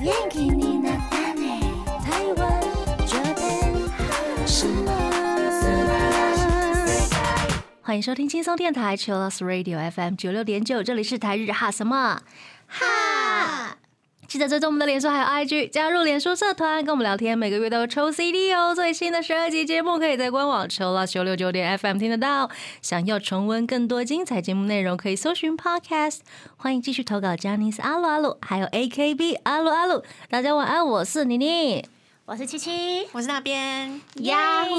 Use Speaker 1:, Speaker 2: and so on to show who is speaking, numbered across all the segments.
Speaker 1: 元気になったね台湾上天是吗？
Speaker 2: 欢迎收听轻松电台 Chillus Radio FM 九六点九，这里是台日哈什么哈。记得追踪我们的脸书还有 IG，加入脸书社团跟我们聊天，每个月都有抽 CD 哦。最新的十二集节目可以在官网 Chillus 九六九点 FM 听得到。想要重温更多精彩节目内容，可以搜寻 Podcast。欢迎继续投稿 j a n i c e 阿鲁阿鲁，还有 AKB 阿鲁阿鲁。大家晚安，我是妮妮。
Speaker 3: 我是七七，我是那边
Speaker 2: 呀呼！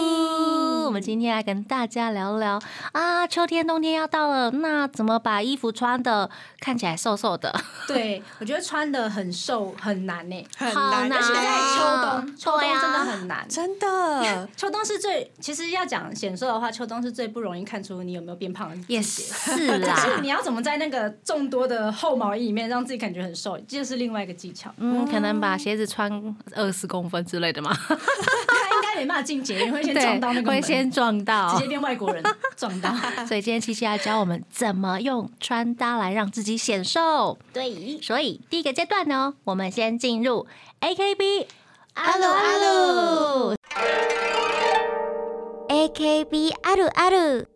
Speaker 2: 我们今天来跟大家聊聊啊，秋天、冬天要到了，那怎么把衣服穿的看起来瘦瘦的？
Speaker 4: 对，我觉得穿的很瘦很难呢、
Speaker 3: 很
Speaker 2: 好
Speaker 3: 难，
Speaker 2: 难
Speaker 3: 而且
Speaker 4: 在
Speaker 3: 在
Speaker 4: 秋
Speaker 3: 秋
Speaker 2: 啊
Speaker 4: 冬，秋冬
Speaker 2: 对啊
Speaker 4: 真的很难。
Speaker 3: 真的
Speaker 4: 秋冬是最，其实要讲显瘦的话，秋冬是最不容易看出你有没有变胖的季节。
Speaker 2: 也是
Speaker 4: 可是
Speaker 2: 啦
Speaker 4: 你，要怎么在那个众多的厚毛衣里面让自己感觉很瘦，这就是另外一个技巧。
Speaker 2: 嗯，可能把鞋子穿二十公分之类的嘛，
Speaker 4: 他应该没办法进捷运，会先撞到那
Speaker 2: 对，
Speaker 4: 个
Speaker 2: 会
Speaker 4: 门，
Speaker 2: 先哦撞
Speaker 4: 直
Speaker 2: 到
Speaker 4: 接。变外国人撞到。
Speaker 2: 所以今天七七要教我们怎么用穿搭来让自己显瘦。
Speaker 3: 对。
Speaker 2: 所以第一个阶段呢，我们先进入 AKB
Speaker 3: 阿鲁阿鲁，
Speaker 1: AKB あるある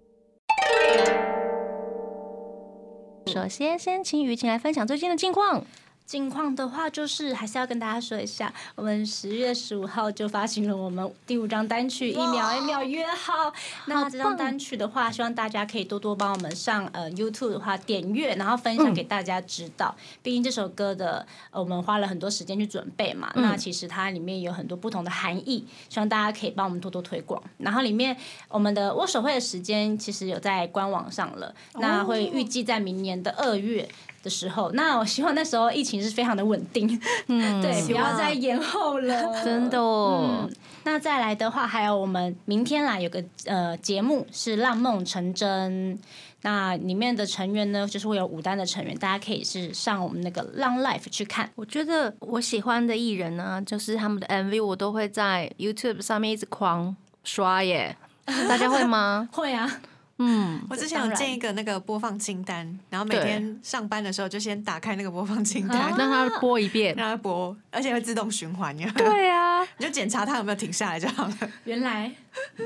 Speaker 2: 首先，先请雨晴来分享最近的近况。
Speaker 4: 近况的话，就是还是要跟大家说一下，我们十月十五号就发行了我们第五张单曲《一秒一秒约好》。那这张单曲的话，希望大家可以多多帮我们上呃 YouTube 的话点阅，然后分享给大家知道。毕竟这首歌的、呃、我们花了很多时间去准备嘛，那其实它里面有很多不同的含义，希望大家可以帮我们多多推广。然后里面我们的握手会的时间其实有在官网上了，那会预计在明年的二月。的时候，那我希望那时候疫情是非常的稳定，嗯， 对，不要再延后了，
Speaker 2: 真的哦
Speaker 4: 嗯，那再来的话，还有我们明天啦，有个呃节目是《让梦成真》，那里面的成员呢，就是会有五单的成员，大家可以是上我们那个浪 Life 去看。
Speaker 2: 我觉得我喜欢的艺人呢，就是他们的 MV，我都会在 YouTube 上面一直狂刷耶。大家会 吗？
Speaker 4: 会啊，
Speaker 2: 嗯，
Speaker 3: 我之前有建一个那个播放清单，然后每
Speaker 2: 对啊
Speaker 3: 天上班的时候就先打开那个播放清单，
Speaker 2: 让他播一遍。
Speaker 3: 让它播，而且会自动循环呀。
Speaker 2: 对啊，
Speaker 3: 你就检查它有没有停下来就好了，
Speaker 4: 原来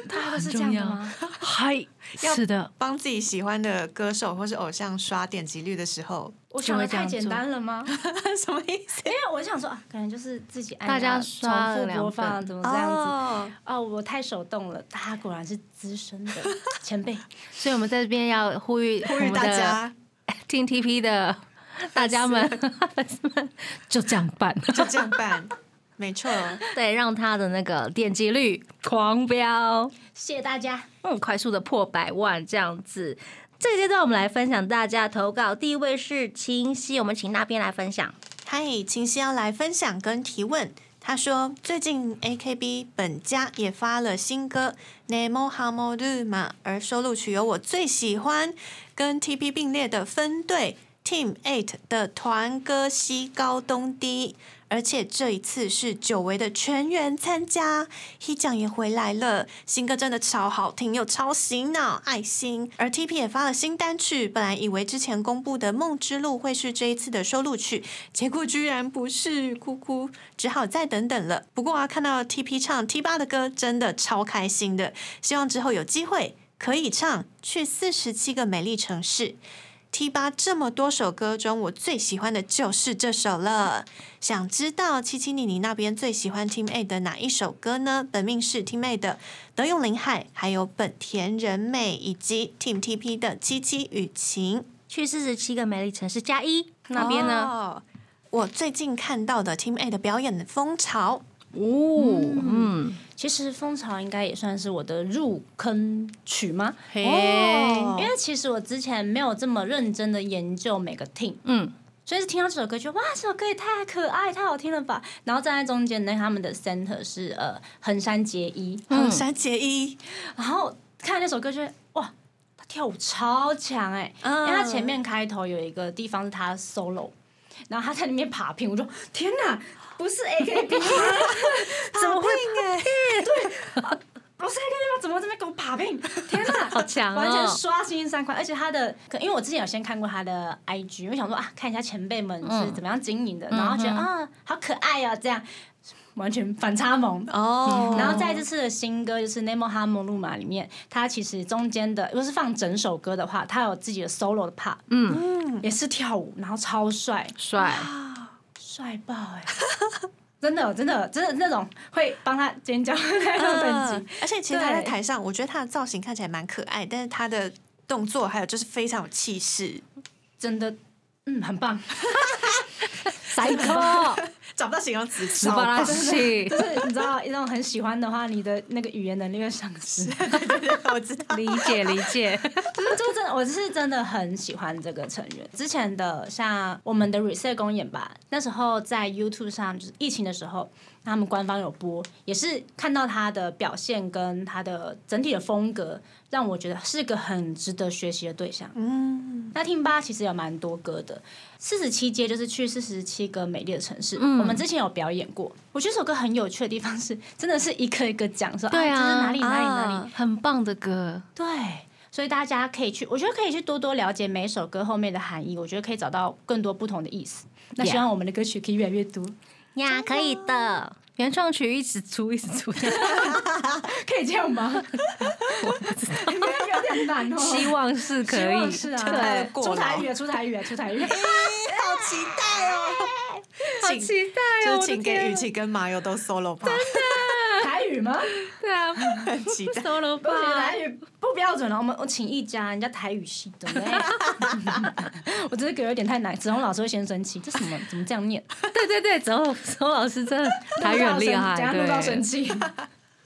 Speaker 3: 它是
Speaker 2: 重要。 嗨，
Speaker 3: 要
Speaker 2: 是的，
Speaker 3: 帮自己喜欢的歌手或是偶像刷点击率的时候，
Speaker 4: 我
Speaker 2: 就
Speaker 4: 想
Speaker 2: 会
Speaker 4: 的
Speaker 2: 这样
Speaker 4: 太简
Speaker 2: 做
Speaker 4: 单了吗？
Speaker 3: 什么意思？
Speaker 4: 因为我想说啊，可能就是自己按
Speaker 2: 大家
Speaker 4: 啊
Speaker 2: 刷了
Speaker 4: 重复
Speaker 2: 两
Speaker 4: 播
Speaker 2: 份
Speaker 4: 放，怎么这样子？
Speaker 3: 哦
Speaker 4: 哦，我太手动了，他果然是资深的前辈。
Speaker 2: 所以我们在这边要呼吁
Speaker 3: 呼
Speaker 2: 我
Speaker 3: 吁
Speaker 2: 们
Speaker 3: 大
Speaker 2: 的
Speaker 3: 家
Speaker 2: 听 TP 的大家们 粉丝们，就这样办，
Speaker 3: 就这样办，没错。
Speaker 2: 对，让他的那个点击率狂飙。
Speaker 4: 谢谢大家。
Speaker 2: 嗯，快速的破百万这样子。这个阶段我们来分享大家的投稿，第一位是清晰，我们请那边来分享。
Speaker 3: 嗨，晴熙要来分享跟提问。他说，最近 AKB 本家也发了新歌《Nemo Hamo Ruma》，而收录曲有我最喜欢跟 TP 并列的分队 Team Eight 的团歌《西高东低》，而且这一次是久违的全员参加，一酱也回来了，新歌真的超好听又超洗脑，爱心。而 TP 也发了新单曲，本来以为之前公布的《梦之路》会是这一次的收录曲，结果居然不是，哭哭，只好再等等了。不过啊，看到 TP 唱 T 八的歌，真的超开心的，希望之后有机会可以唱去四十七个美丽城市。T 八这么多首歌中，我最喜欢的就是这首了。想知道七七妮妮那边最喜欢 Team A 的哪一首歌呢？本命是 Team A 的德永林海，还有本田仁美，以及 Team TP 的七七雨晴。
Speaker 2: 去四十七个美丽城市加一那边呢？
Speaker 3: 哦我最近看到的 Team A 的表演风潮，
Speaker 2: 哦，嗯，
Speaker 4: 其实《蜂巢》应该也算是我的入坑曲吗？
Speaker 2: 嘿，
Speaker 3: 哦
Speaker 4: 因为其实我之前没有这么认真的研究每个 team，
Speaker 2: 嗯，
Speaker 4: 所以是听到这首歌就哇，这首歌也太可爱、太好听了吧！然后站在中间呢，他们的 center 是呃横山结衣，
Speaker 2: 嗯
Speaker 3: 横山结衣，
Speaker 4: 然后看那首歌就会哇，他跳舞超强哎、
Speaker 3: 嗯
Speaker 4: 因为他前面开头有一个地方是他 solo，然后他在里面爬屏，我就天哪，不是 AKB 吗？
Speaker 3: 怎么会？
Speaker 4: 啊不是 AKB 吗？怎么这边给我把柄？天哪，
Speaker 2: 好强哦
Speaker 4: 完全刷新三观。而且他的，可因为我之前有先看过他的 IG，我想说啊，看一下前辈们是怎么样经营的，然后觉得啊，好可爱哦，这样完全反差萌。
Speaker 3: 哦，
Speaker 4: 然后在这次的新歌就是《Nemo h a m o l u m a 里面，他其实中间的如果是放整首歌的话，他有自己的 solo 的 part，
Speaker 2: 嗯，
Speaker 4: 也是跳舞，然后超帅，
Speaker 2: 帅，
Speaker 4: 帅爆哎、 真的，真的，真的那种会帮他尖叫的那种等
Speaker 3: 嗯
Speaker 4: 级，，
Speaker 3: 而且其实他在
Speaker 4: 对
Speaker 3: 台上，我觉得他的造型看起来蛮可爱，但是他的动作还有就是非常有气势，
Speaker 4: 真的，嗯，很棒。
Speaker 2: 帅哥，
Speaker 3: 找不到形容词，
Speaker 2: 斯巴拉西
Speaker 4: 就，是你知道，那种很喜欢的话，你的那个语言能力会丧失。
Speaker 3: 我知道。
Speaker 2: 理解理解，
Speaker 4: 就是这个真的，我是真的很喜欢这个成员。之前的像我们的 reset 公演吧，那时候在 YouTube 上，就是疫情的时候，他们官方有播，也是看到他的表现跟他的整体的风格，让我觉得是个很值得学习的对象。
Speaker 3: 嗯，
Speaker 4: 那听吧其实有蛮多歌的，四十七街就是去四十七个美丽的城市，
Speaker 2: 嗯
Speaker 4: 我们之前有表演过。我觉得这首歌很有趣的地方是，真的是一个一个讲说，
Speaker 2: 对啊
Speaker 4: 这是哪里哪里哪里，
Speaker 3: 啊
Speaker 2: 很棒的歌，
Speaker 4: 对，所以大家可以去，我觉得可以去多多了解每首歌后面的含义，我觉得可以找到更多不同的意思。那
Speaker 2: Yeah
Speaker 4: 希望我们的歌曲可以越来越多，
Speaker 2: 呀，可以的。原创曲一直出一直出，
Speaker 4: 可以这样 吗？有点难哦。
Speaker 2: 希望是可
Speaker 4: 希
Speaker 2: 以，
Speaker 4: 望是
Speaker 3: 这太
Speaker 4: 啊，对，
Speaker 3: 过
Speaker 4: 出
Speaker 3: 了
Speaker 4: 台语，出台语，出 台语。
Speaker 3: 好期待哦！
Speaker 2: 好
Speaker 3: 请
Speaker 2: 期待哦！
Speaker 3: 就
Speaker 2: 我的天
Speaker 3: 请给
Speaker 2: 啊
Speaker 3: 雨琦跟麻友都 solo 吧，
Speaker 4: 台语 吗？
Speaker 2: 对啊，
Speaker 3: 很期 待。
Speaker 2: solo
Speaker 4: 不行，
Speaker 2: 吧
Speaker 4: 台，语不标准了。我们我请一家人家台语系的呢， 我真的觉得有点太难。子龙老师会先生气，这什么怎么这样念？
Speaker 2: 对对对，周周老师真的台语很厉害，
Speaker 4: 等一下录到生
Speaker 2: 对，
Speaker 4: 气。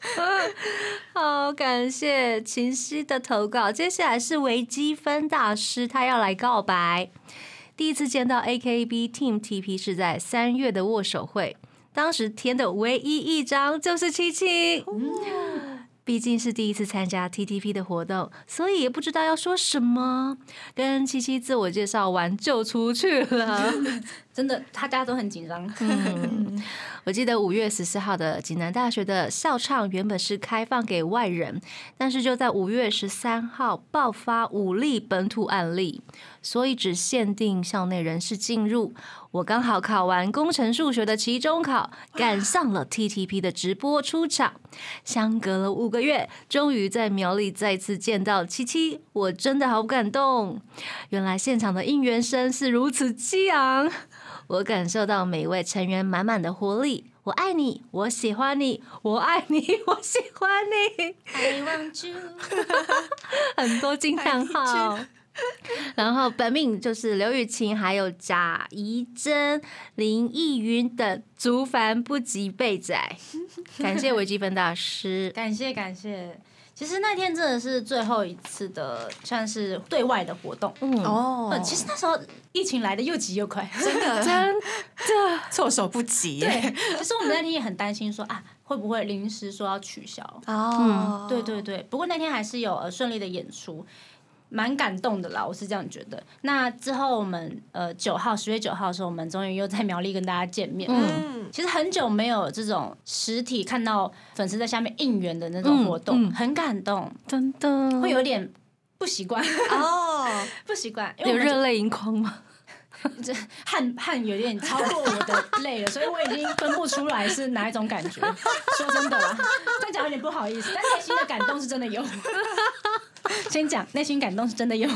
Speaker 2: 好感谢秦夕的投稿。接下来是微积分大师，他要来告白。第一次见到 AKB Team TP 是在三月的握手会，当时填的唯一一张就是七七。毕竟是第一次参加 TTP 的活动，所以也不知道要说什么。跟七七自我介绍完就出去了。
Speaker 4: 真的，大家都很紧张。
Speaker 2: 我记得五月十四号的济南大学的校唱原本是开放给外人，但是就在五月十三号爆发五例本土案例，所以只限定校内人士进入。我刚好考完工程数学的期中考，赶上了 TTP 的直播出场，相隔了五个月，终于在苗栗再次见到七七，我真的好感动。原来现场的应援声是如此激昂。我感受到每一位成员满满的活力。我爱你，我喜欢你，我爱你， 我喜欢你，
Speaker 4: I want you。
Speaker 2: 很多惊叹号。然后本命就是刘雨晴，还有贾怡珍、林奕云等竹凡不及被宰。感谢微积分大师，
Speaker 4: 感谢感谢。其实那天真的是最后一次的，算是对外的活动。
Speaker 2: 嗯，
Speaker 3: 哦
Speaker 4: 呃，其实那时候疫情来的又急又快，
Speaker 3: 真的
Speaker 2: 真
Speaker 3: 措手不及 耶。
Speaker 4: 对。其实我们那天也很担心说啊，会不会临时说要取消？
Speaker 3: 哦，
Speaker 4: 对对对，不过那天还是有呃顺利的演出，蛮感动的啦，我是这样觉得。那之后我们呃九号十月九号的时候，我们终于又在苗栗跟大家见面。
Speaker 2: 嗯
Speaker 3: 嗯，
Speaker 4: 其实很久没有这种实体看到粉丝在下面应援的那种活动，
Speaker 2: 嗯嗯
Speaker 4: 很感动，
Speaker 2: 真的
Speaker 4: 会有点不习惯，
Speaker 3: 哦，
Speaker 4: 不习惯，因为
Speaker 2: 有
Speaker 4: 我们
Speaker 2: 热泪盈眶吗？
Speaker 4: 汗汗有点超过我的泪了，所以我已经分不出来是哪一种感 觉。说真的啦，这样讲有点不好意思，但内心的感动是真的 有。先讲内心感动是真的有。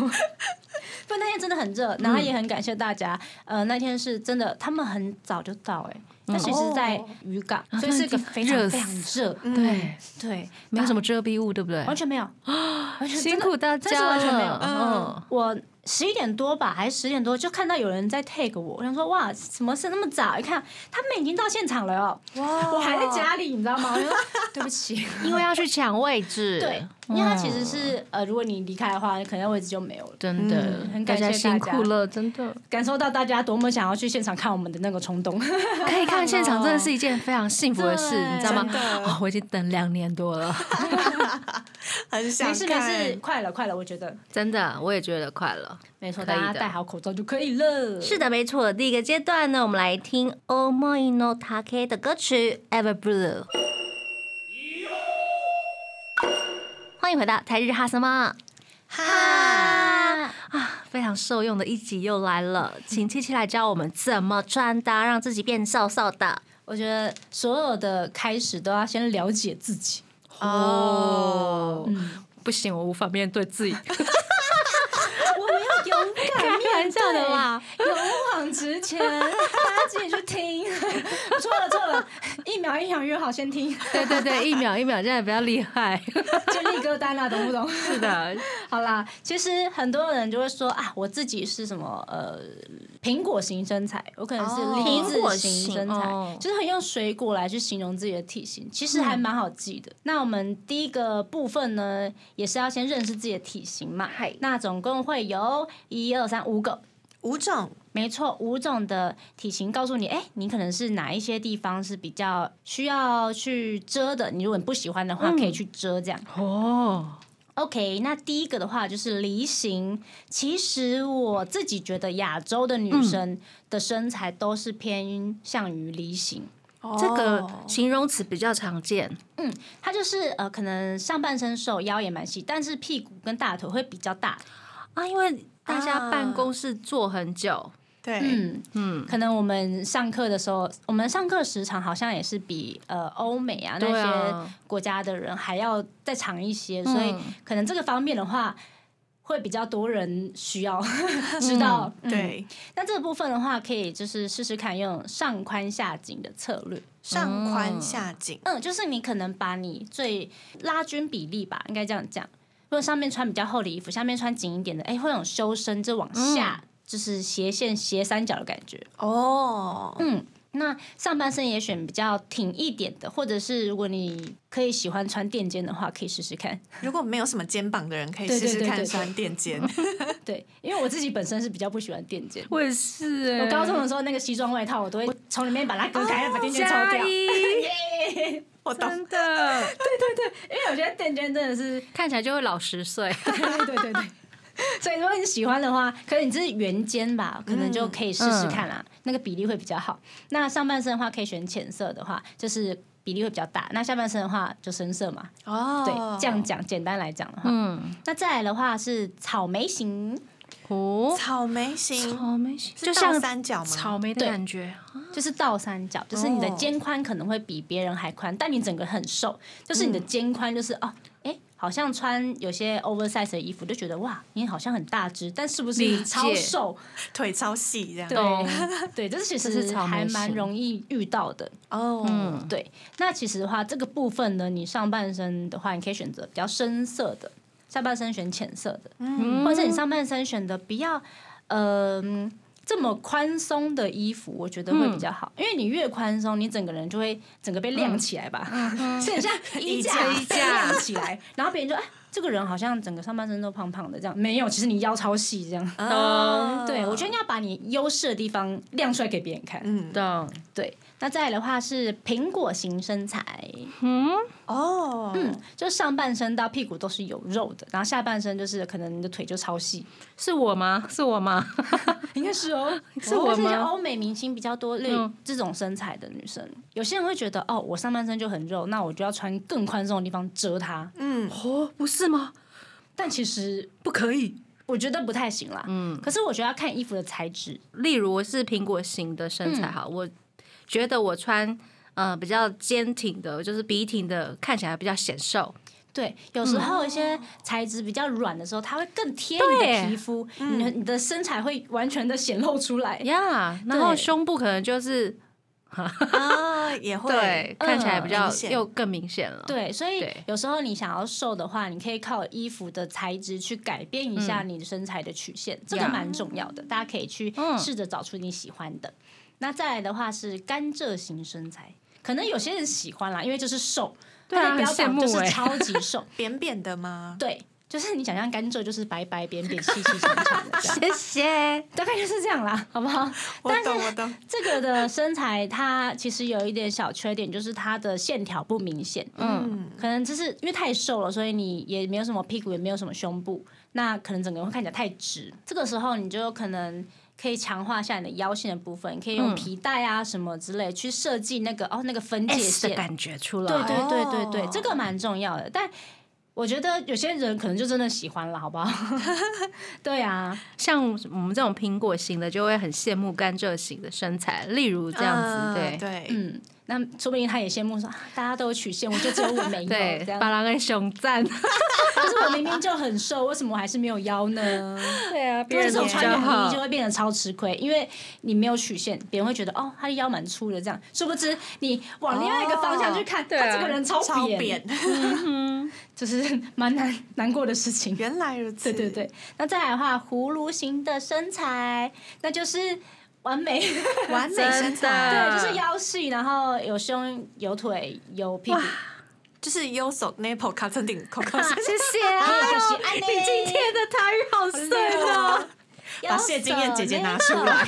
Speaker 4: 不，那天真的很热，然后也很感谢大家。呃，那天是真的，他们很早就到、哎，
Speaker 2: 嗯
Speaker 4: 那其实在
Speaker 2: 哦
Speaker 4: 渔港，
Speaker 2: 啊
Speaker 4: 所以是个非常
Speaker 2: 热
Speaker 4: 非常热，
Speaker 2: 对，
Speaker 4: 对，
Speaker 2: 嗯没有什
Speaker 4: 么
Speaker 2: 么遮蔽物，对不对？
Speaker 4: 完全没有，完全
Speaker 2: 辛苦大
Speaker 4: 真的是
Speaker 2: 家
Speaker 4: 完全没有
Speaker 2: 了，嗯，
Speaker 4: 我十一点多吧，还是十点多就看到有人在 take 我，我想说哇，什么事那么早？一看他们已经到现场了哦，
Speaker 3: 哇
Speaker 4: 我还在家里，你知道吗？我就说 对不起，
Speaker 2: 嗯因为要去抢位置，
Speaker 4: 对，因为他其实是呃，如果你离开的话，可能位置就没有了。
Speaker 2: 真的，
Speaker 4: 嗯很
Speaker 2: 大
Speaker 4: 感谢
Speaker 2: 家
Speaker 4: 大家
Speaker 2: 辛苦了，真 的。
Speaker 4: 感受到大家多么想要去现场看我们的那个冲动，
Speaker 2: 可以看现场真的是一件非常幸福的事，
Speaker 4: 对
Speaker 2: 你知道吗
Speaker 3: 真？的
Speaker 2: 哦，我已经等两年多 了，
Speaker 3: 很想
Speaker 4: 没事没事，
Speaker 3: 看。
Speaker 4: 快了快了，我觉得
Speaker 2: 真的，我也觉得快乐。
Speaker 4: 没错，
Speaker 2: 可
Speaker 4: 大
Speaker 2: 以的
Speaker 4: 家戴好口罩就可以了。
Speaker 2: 是的，没错。第一个阶段呢，我们来听 Omoino Take 的歌曲《Ever Blue》。欢迎回到台日哈什么
Speaker 3: 哈，
Speaker 2: 啊，非常受用的一集又来了，请七七来教我们怎么穿搭让自己变瘦瘦的。
Speaker 4: 我觉得所有的开始都要先了解自己。
Speaker 2: 哦，
Speaker 4: 嗯，
Speaker 2: 不行，我无法面对自己。
Speaker 4: 我们要勇 敢
Speaker 2: 开玩
Speaker 4: 面
Speaker 2: 笑
Speaker 4: 对
Speaker 2: 的啦，
Speaker 4: 勇往直前。大家自己去听， 错了错了，一秒一秒约好先听，
Speaker 2: 对对对，一秒一秒，这样比较厉害。
Speaker 4: 建立歌单啊，懂不懂？
Speaker 2: 是 的，
Speaker 4: 好啦，其实很多人就会说啊，我自己是什么呃苹果型身材，我可能
Speaker 3: 哦
Speaker 4: 是梨
Speaker 2: 苹果
Speaker 4: 子型
Speaker 2: 型
Speaker 4: 身材，
Speaker 2: 哦嗯
Speaker 4: 就是很用水果来去形容自己的体型，其实还蛮好记的。那我们第一个部分呢，也是要先认识自己的体型嘛。那总共会有一二三五个。
Speaker 3: 五种
Speaker 4: 没错，五种的体型告诉你，哎，你可能是哪一些地方是比较需要去遮的。你如果你不喜欢的话，
Speaker 2: 嗯
Speaker 4: 可以去遮这样。
Speaker 2: 哦，
Speaker 4: OK，那第一个的话就是梨形。其实我自己觉得亚洲的女生的身材都是偏向于梨形，
Speaker 2: 这个
Speaker 3: 哦
Speaker 2: 形容词比较常见。
Speaker 4: 她就是呃，可能上半身瘦，腰也蛮细，但是屁股跟大腿会比较大。
Speaker 2: 啊，因为大家
Speaker 3: 啊
Speaker 2: 办公室坐很久，
Speaker 3: 对，
Speaker 4: 嗯，
Speaker 2: 嗯，
Speaker 4: 可能我们上课的时候，我们上课时长好像也是比呃欧美啊那
Speaker 2: 对
Speaker 4: 些
Speaker 2: 啊
Speaker 4: 国家的人还要再长一些，
Speaker 2: 嗯
Speaker 4: 所以可能这个方面的话，会比较多人需要 知道。嗯
Speaker 3: 对，
Speaker 4: 那这个部分的话，可以就是试试看用上宽下紧的策略。
Speaker 3: 上宽下紧，
Speaker 4: 嗯，就是你可能把你最拉均比例吧，应该这样讲。如果上面穿比较厚的衣服，下面穿紧一点的，哎、会有修身，就往下，就是斜线斜三角的感觉。
Speaker 3: 哦，
Speaker 4: 嗯，那上半身也选比较挺一点的，或者是如果你可以喜欢穿垫肩的话，可以试试看。
Speaker 3: 如果没有什么肩膀的人，可以
Speaker 4: 对
Speaker 3: 试
Speaker 4: 对
Speaker 3: 试
Speaker 4: 对
Speaker 3: 看
Speaker 4: 对
Speaker 3: 穿 垫肩。
Speaker 4: 对，因为我自己本身是比较不喜欢垫肩。
Speaker 2: 我也是、欸
Speaker 4: 我高中的时候那个西装外套，我都会从里面把它割开，把垫肩抽
Speaker 2: 加
Speaker 4: 掉。
Speaker 2: 哦一，
Speaker 3: 我懂，
Speaker 2: 的，
Speaker 4: 因为我觉得垫肩真 的是，
Speaker 2: 看起来就会老十岁。
Speaker 4: 对对对对。所以如果你喜欢的话，可能你是圆肩吧，可能
Speaker 2: 嗯
Speaker 4: 就可以试试看啦，那个比例会比较好。那上半身的话，可以选浅色的话，就是比例会比较大。那下半身的话，就深色嘛。
Speaker 3: 哦，
Speaker 4: 对，这样讲，简单来讲的话，
Speaker 2: 嗯，
Speaker 4: 那再来的话是草莓型，
Speaker 2: 哦，
Speaker 3: 草莓型
Speaker 2: 草莓就是像
Speaker 3: 倒三角吗？
Speaker 2: 草莓的
Speaker 4: 对
Speaker 2: 感觉，
Speaker 4: 就是倒三角，就是你的
Speaker 3: 哦
Speaker 4: 肩宽可能会比别人还宽，但你整个很瘦，就是
Speaker 2: 嗯
Speaker 4: 你的肩宽就是、哦，哎、好像穿有些 oversize 的衣服就觉得哇，你好像很大只，但是不
Speaker 2: 理
Speaker 4: 是
Speaker 2: 解
Speaker 4: 超瘦？
Speaker 3: 腿超细这样。
Speaker 2: 懂
Speaker 4: 对对，这其
Speaker 2: 这是
Speaker 4: 实
Speaker 2: 草莓
Speaker 4: 还
Speaker 2: 型
Speaker 4: 蛮容易遇到的。
Speaker 3: 哦，
Speaker 2: 嗯，
Speaker 4: 对，那其实的话，这个部分呢，你上半身的话，你可以选择比较深色的，下半身选浅色的，
Speaker 2: 嗯
Speaker 4: 或者你上半身选的比较，呃，嗯这么宽松的衣服，我觉得
Speaker 2: 嗯
Speaker 4: 会比较好，因为你越宽松，你整个人就会整个被亮起来吧， 是 很像衣架
Speaker 2: 嗯衣架
Speaker 4: 被亮起来，然后别人就哎，这个人好像整个上半身都胖胖的这样，没有，其实你腰超细这样。
Speaker 3: 哦
Speaker 4: 对，我觉得你要把你优势的地方亮出来给别人看。
Speaker 3: 嗯，
Speaker 2: 懂，
Speaker 4: 对，那再来的话是苹果型身材，
Speaker 3: 哦，
Speaker 4: 嗯，就上半身到屁股都是有肉的，然后下半身就是可能你的腿就超细，
Speaker 2: 是我吗？是我吗？
Speaker 4: 应该 是哦，
Speaker 2: 是我吗
Speaker 4: 但一些欧美明星比较多类
Speaker 2: 嗯
Speaker 4: 这种身材的女生，有些人会觉得哦，我上半身就很肉，那我就要穿更宽松的地方遮它，
Speaker 3: 嗯，
Speaker 2: 哦，不是吗？
Speaker 4: 但其实
Speaker 2: 不可以。
Speaker 4: 我觉得不太行啦。嗯，可是我觉得要看衣服的材质，
Speaker 2: 例如我是苹果型的身材，好，我觉得我穿呃比较坚挺的，就是笔挺的，看起来比较显瘦。
Speaker 4: 对，有时候一些材质比较软的时候，它会更贴你
Speaker 2: 对
Speaker 4: 的皮肤，你的你的身材会完全的显露出来。
Speaker 2: 呀、然后
Speaker 4: 对
Speaker 2: 胸部可能就是
Speaker 3: 啊，也会，
Speaker 2: 对，看起来比较
Speaker 3: 明显
Speaker 2: 又更明显了。，
Speaker 4: 对，所以
Speaker 2: 对
Speaker 4: 有时候你想要瘦的话，你可以靠衣服的材质去改变一
Speaker 2: 嗯
Speaker 4: 下你的身材的曲线，这个
Speaker 2: Yeah
Speaker 4: 蛮重要的。大家可以去
Speaker 2: 嗯
Speaker 4: 试着找出你喜欢的。那再来的话是甘蔗型身材，可能有些人喜欢啦，因为就是瘦，
Speaker 2: 对啊
Speaker 4: 他的标
Speaker 2: 很羡
Speaker 4: 榜
Speaker 2: 慕
Speaker 4: 就是
Speaker 2: 欸
Speaker 4: 超级瘦，
Speaker 3: 扁扁的吗？
Speaker 4: 对。就是你想象甘蔗就是白白扁扁、细细长长 的这
Speaker 2: 谢
Speaker 4: 样，
Speaker 2: 谢。
Speaker 4: 大概就是这样啦，好不好？
Speaker 3: 我
Speaker 4: 但是
Speaker 3: 懂，我懂，
Speaker 4: 这个的身材它其实有一点小缺点，就是它的线条不明显。
Speaker 3: 嗯，
Speaker 4: 可能就是因为太瘦了，所以你也没有什么屁股，也没有什么胸部，那可能整个人会看起来太直。这个时候你就可能可以强化一下你的腰线的部分，你可以用皮带啊什么之类去设计那个哦那个分界
Speaker 2: S 的
Speaker 4: 线。
Speaker 2: 感觉出来，
Speaker 4: 对对对对对，
Speaker 3: 哦
Speaker 4: 这个蛮重要的。但我觉得有些人可能就真的喜欢了，好不好？ 对啊，
Speaker 2: 像我们这种苹果型的，就会很羡慕甘蔗型的身材，例如这样子，
Speaker 3: 嗯
Speaker 2: 对
Speaker 3: 对，
Speaker 4: 嗯，那说不定他也羡慕说，啊大家都有曲线，我就只有我没有
Speaker 2: 对
Speaker 4: 这，样
Speaker 2: 巴。拉跟熊赞，
Speaker 4: 可是我明明就很瘦， 为什么我还是没有腰呢？
Speaker 2: 对啊，
Speaker 4: 因为这种
Speaker 2: 比较
Speaker 4: 穿泳衣
Speaker 2: 好
Speaker 4: 就会变得超吃亏，因为你没有曲线，别人会觉得哦，他的腰蛮粗的这样。殊不知你往另外一个方向去看，
Speaker 2: 对啊
Speaker 4: 他这个人超
Speaker 3: 超
Speaker 4: 扁，
Speaker 3: 扁，
Speaker 4: 嗯就是蛮难难过的事情。
Speaker 3: 原来如此，
Speaker 4: 对对对，那再来的话，葫芦形的身材，那就是完美，
Speaker 3: 对，完美身
Speaker 2: 真的
Speaker 3: 材，
Speaker 4: 对，就是腰细，然后有胸、有腿、有屁股，
Speaker 3: 就是右手 nipple 卡成顶扣扣，
Speaker 2: 谢谢
Speaker 4: 然后就
Speaker 2: 啊，
Speaker 4: 是安
Speaker 2: 你今天的台语好碎哦。
Speaker 4: 啊内
Speaker 3: 把谢金燕姐姐拿出来，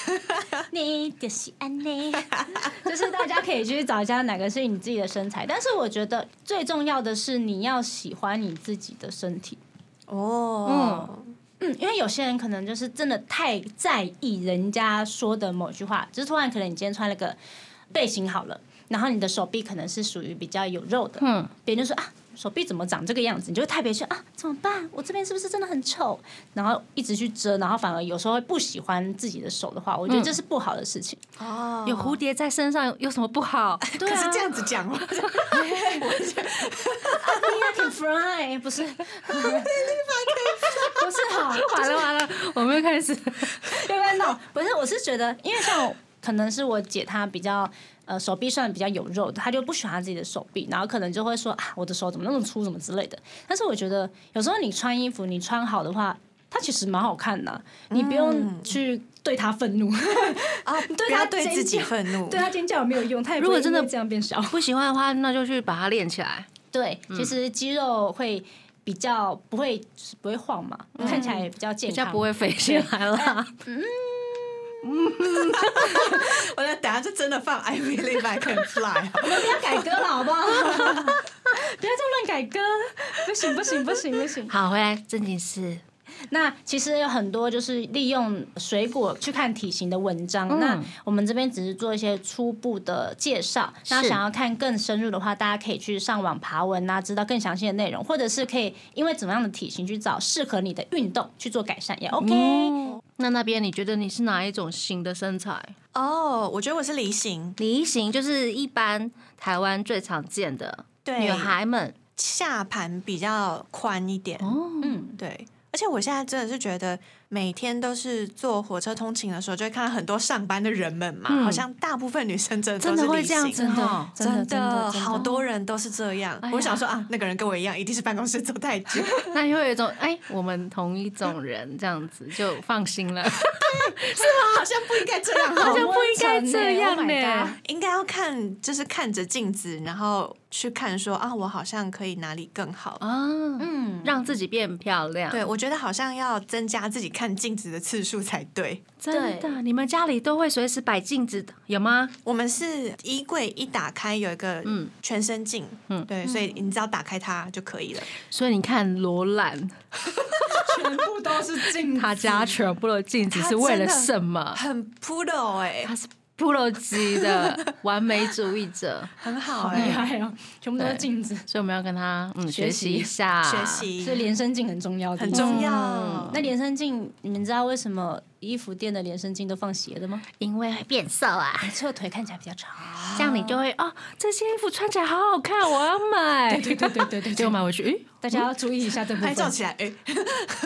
Speaker 4: 你就是安内， 就是大家可以去找一下哪个是你自己的身材，但是我觉得最重要的是你要喜欢你自己的身体，
Speaker 3: 哦，
Speaker 4: 嗯，因为有些人可能就是真的太在意人家说的某句话，就是突然可能你今天穿了个背心好了，然后你的手臂可能是属于比较有肉的，
Speaker 2: 嗯，
Speaker 4: 别人就说啊，手臂怎么长这个样子？你就会特别去啊，怎么办？我这边是不是真的很丑？然后一直去遮，然后反而有时候会不喜欢自己的手的话，我觉得这是不好的事情。
Speaker 3: 哦，
Speaker 2: 有蝴蝶在身上有什么不 好？
Speaker 4: 对
Speaker 3: 可
Speaker 4: 啊
Speaker 3: 是这样子讲吗？
Speaker 4: ，I can fly，不是，不是好，
Speaker 2: 完了完了，我们又开始
Speaker 4: 对吧？no，不是，我是觉得，因为像我可能是我姐她比较呃手臂算比较有肉的，她就不喜欢她自己的手臂，然后可能就会说啊我的手怎么那么粗什么之类的。但是我觉得有时候你穿衣服你穿好的话，它其实蛮好看的啊、你不用去对它愤怒，
Speaker 3: 啊，
Speaker 4: 对
Speaker 3: 不要
Speaker 4: 他
Speaker 3: 对
Speaker 4: 尖
Speaker 3: 自己
Speaker 4: 叫
Speaker 3: 愤怒，
Speaker 4: 对它尖叫也没有用，它也
Speaker 2: 如果真的
Speaker 4: 不会因为这样变小。
Speaker 2: 不喜欢的话，那就去把它练起来。
Speaker 4: 对，其
Speaker 2: 嗯
Speaker 4: 实肌肉会比较不会不会晃嘛，看起来也比较健
Speaker 2: 比
Speaker 4: 康，
Speaker 2: 较不会飞起来了，
Speaker 3: 我在等下就真的放 I Believe I Can Fly，好啊了
Speaker 4: 不要改歌了，好不 好？不要再乱改歌，不行不行不行不行。
Speaker 2: 好，回来正经事。
Speaker 4: 那其实有很多就是利用水果去看体型的文章，
Speaker 2: 嗯
Speaker 4: 那我们这边只是做一些初步的介绍。那
Speaker 2: 是
Speaker 4: 想要看更深入的话，大家可以去上网爬文啊，知道更详细的内容，或者是可以因为怎么样的体型去找适合你的运动去做改善也 OK。
Speaker 2: 嗯那那边你觉得你是哪一种型的身材？
Speaker 3: 哦，我觉得我是梨形，
Speaker 2: 梨型就是一般台湾最常见的
Speaker 3: 对，
Speaker 2: 女孩们，
Speaker 3: 下盘比较宽一点，
Speaker 4: 嗯，
Speaker 3: 对。而且我现在真的是觉得，每天都是坐火车通勤的时候，就会看到很多上班的人们嘛，
Speaker 2: 嗯
Speaker 3: 好像大部分女生真的
Speaker 2: 真
Speaker 3: 都
Speaker 2: 的
Speaker 3: 是
Speaker 2: 会
Speaker 3: 梨
Speaker 2: 这样
Speaker 3: 形
Speaker 2: 子哦。
Speaker 4: 真的真的真的
Speaker 3: 好多人都是这样。
Speaker 2: 哎呀
Speaker 3: 我想说啊，那个人跟我一样，一定是办公室坐太久。
Speaker 2: 那你会有一种哎，我们同一种人这样子就放心了，
Speaker 3: 好像不应该这 样
Speaker 2: 好
Speaker 3: 哦，
Speaker 2: 像不应该这样
Speaker 4: 好温存欸，Oh my
Speaker 2: 呢
Speaker 4: god。
Speaker 3: 应该要看，就是看着镜子，然后去看说啊，我好像可以哪里更好。
Speaker 2: 啊，
Speaker 4: 嗯，
Speaker 2: 让自己变漂亮。
Speaker 3: 对，我觉得好像要增加自己看镜子的次数才对。
Speaker 2: 真的，
Speaker 4: 对
Speaker 2: 你们家里都会随时摆镜子的有吗？
Speaker 3: 我们是衣柜一打开有一个
Speaker 2: 嗯
Speaker 3: 全身镜，
Speaker 2: 嗯
Speaker 3: 对，所以你只要打开它就可以了。
Speaker 2: 所以你看罗兰，
Speaker 4: 全部都是镜
Speaker 2: 他家全部的镜子
Speaker 3: 他
Speaker 2: 是为了
Speaker 3: 真的
Speaker 2: 什么？
Speaker 3: 很 pro 哎、
Speaker 2: 他是骷髅级的完美主义者，
Speaker 3: 很好
Speaker 4: 厉
Speaker 3: 哎、
Speaker 4: 害哦，全部都是
Speaker 2: 对
Speaker 4: 镜子，
Speaker 2: 所以我们要跟他嗯
Speaker 4: 学
Speaker 2: 学
Speaker 4: 习
Speaker 2: 习一下，
Speaker 3: 学
Speaker 4: 所以
Speaker 3: 习
Speaker 4: 连身镜很重要的，
Speaker 3: 很重要。
Speaker 4: 嗯那连身镜，你们知道为什么衣服店的连身镜都放斜的吗？
Speaker 2: 因为会变瘦啊，
Speaker 4: 没错，腿看起来比较长。
Speaker 2: 这样你就会哦，这件衣服穿起来好好看，我要买，
Speaker 4: 对对对对对
Speaker 2: 结果买回去，诶
Speaker 4: 大家要注意一下这部
Speaker 3: 拍照起
Speaker 4: 分，
Speaker 3: 来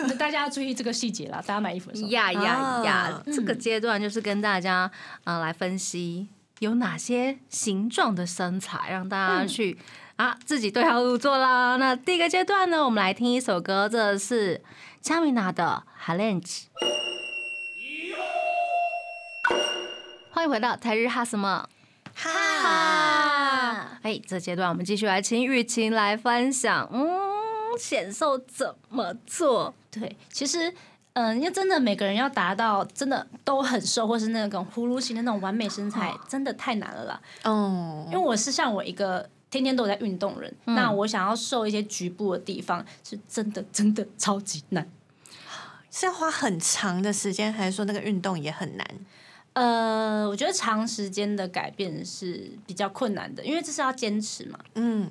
Speaker 3: 哎、
Speaker 4: 大家要注意这个细节啦。大家买衣服的时候，
Speaker 2: 呀呀呀
Speaker 3: 啊！
Speaker 2: 这个阶段就是跟大家啊、呃来分析有哪些形状的身材，让大家去、啊自己对号入座啦。那第一个阶段呢，我们来听一首歌，这是佳米娜的《h a l e n g e 欢迎回到台日哈什么？
Speaker 3: 哈，
Speaker 2: 哎，这阶段我们继续来请雨晴来分享，嗯，显瘦怎么做？
Speaker 4: 对，其实。嗯，因为真的每个人要达到真的都很瘦，或是那种葫芦形的那种完美身材，真的太难了啦。因为
Speaker 3: 哦，
Speaker 4: 我是像我一个天天都有在运动人，那我想要瘦一些局部的地方，是真的真的超级难。
Speaker 3: 是要花很长的时间，还是说那个运动也很难？
Speaker 4: 呃，我觉得长时间的改变是比较困难的，因为这是要坚持嘛。
Speaker 3: 嗯，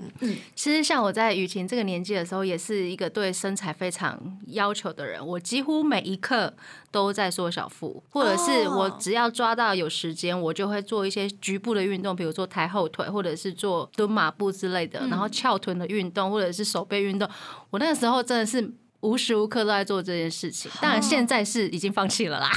Speaker 2: 其实像我在雨晴这个年纪的时候，也是一个对身材非常要求的人。我几乎每一刻都在缩小腹，或者是
Speaker 3: 哦
Speaker 2: 我只要抓到有时间，我就会做一些局部的运动，比如说抬后腿，或者是做蹲马步之类的，然
Speaker 4: 嗯
Speaker 2: 后翘臀的运动，或者是手背运动。我那个时候真的是。无时无刻都在做这件事情，当
Speaker 4: 哦
Speaker 2: 然现在是已经放弃了啦。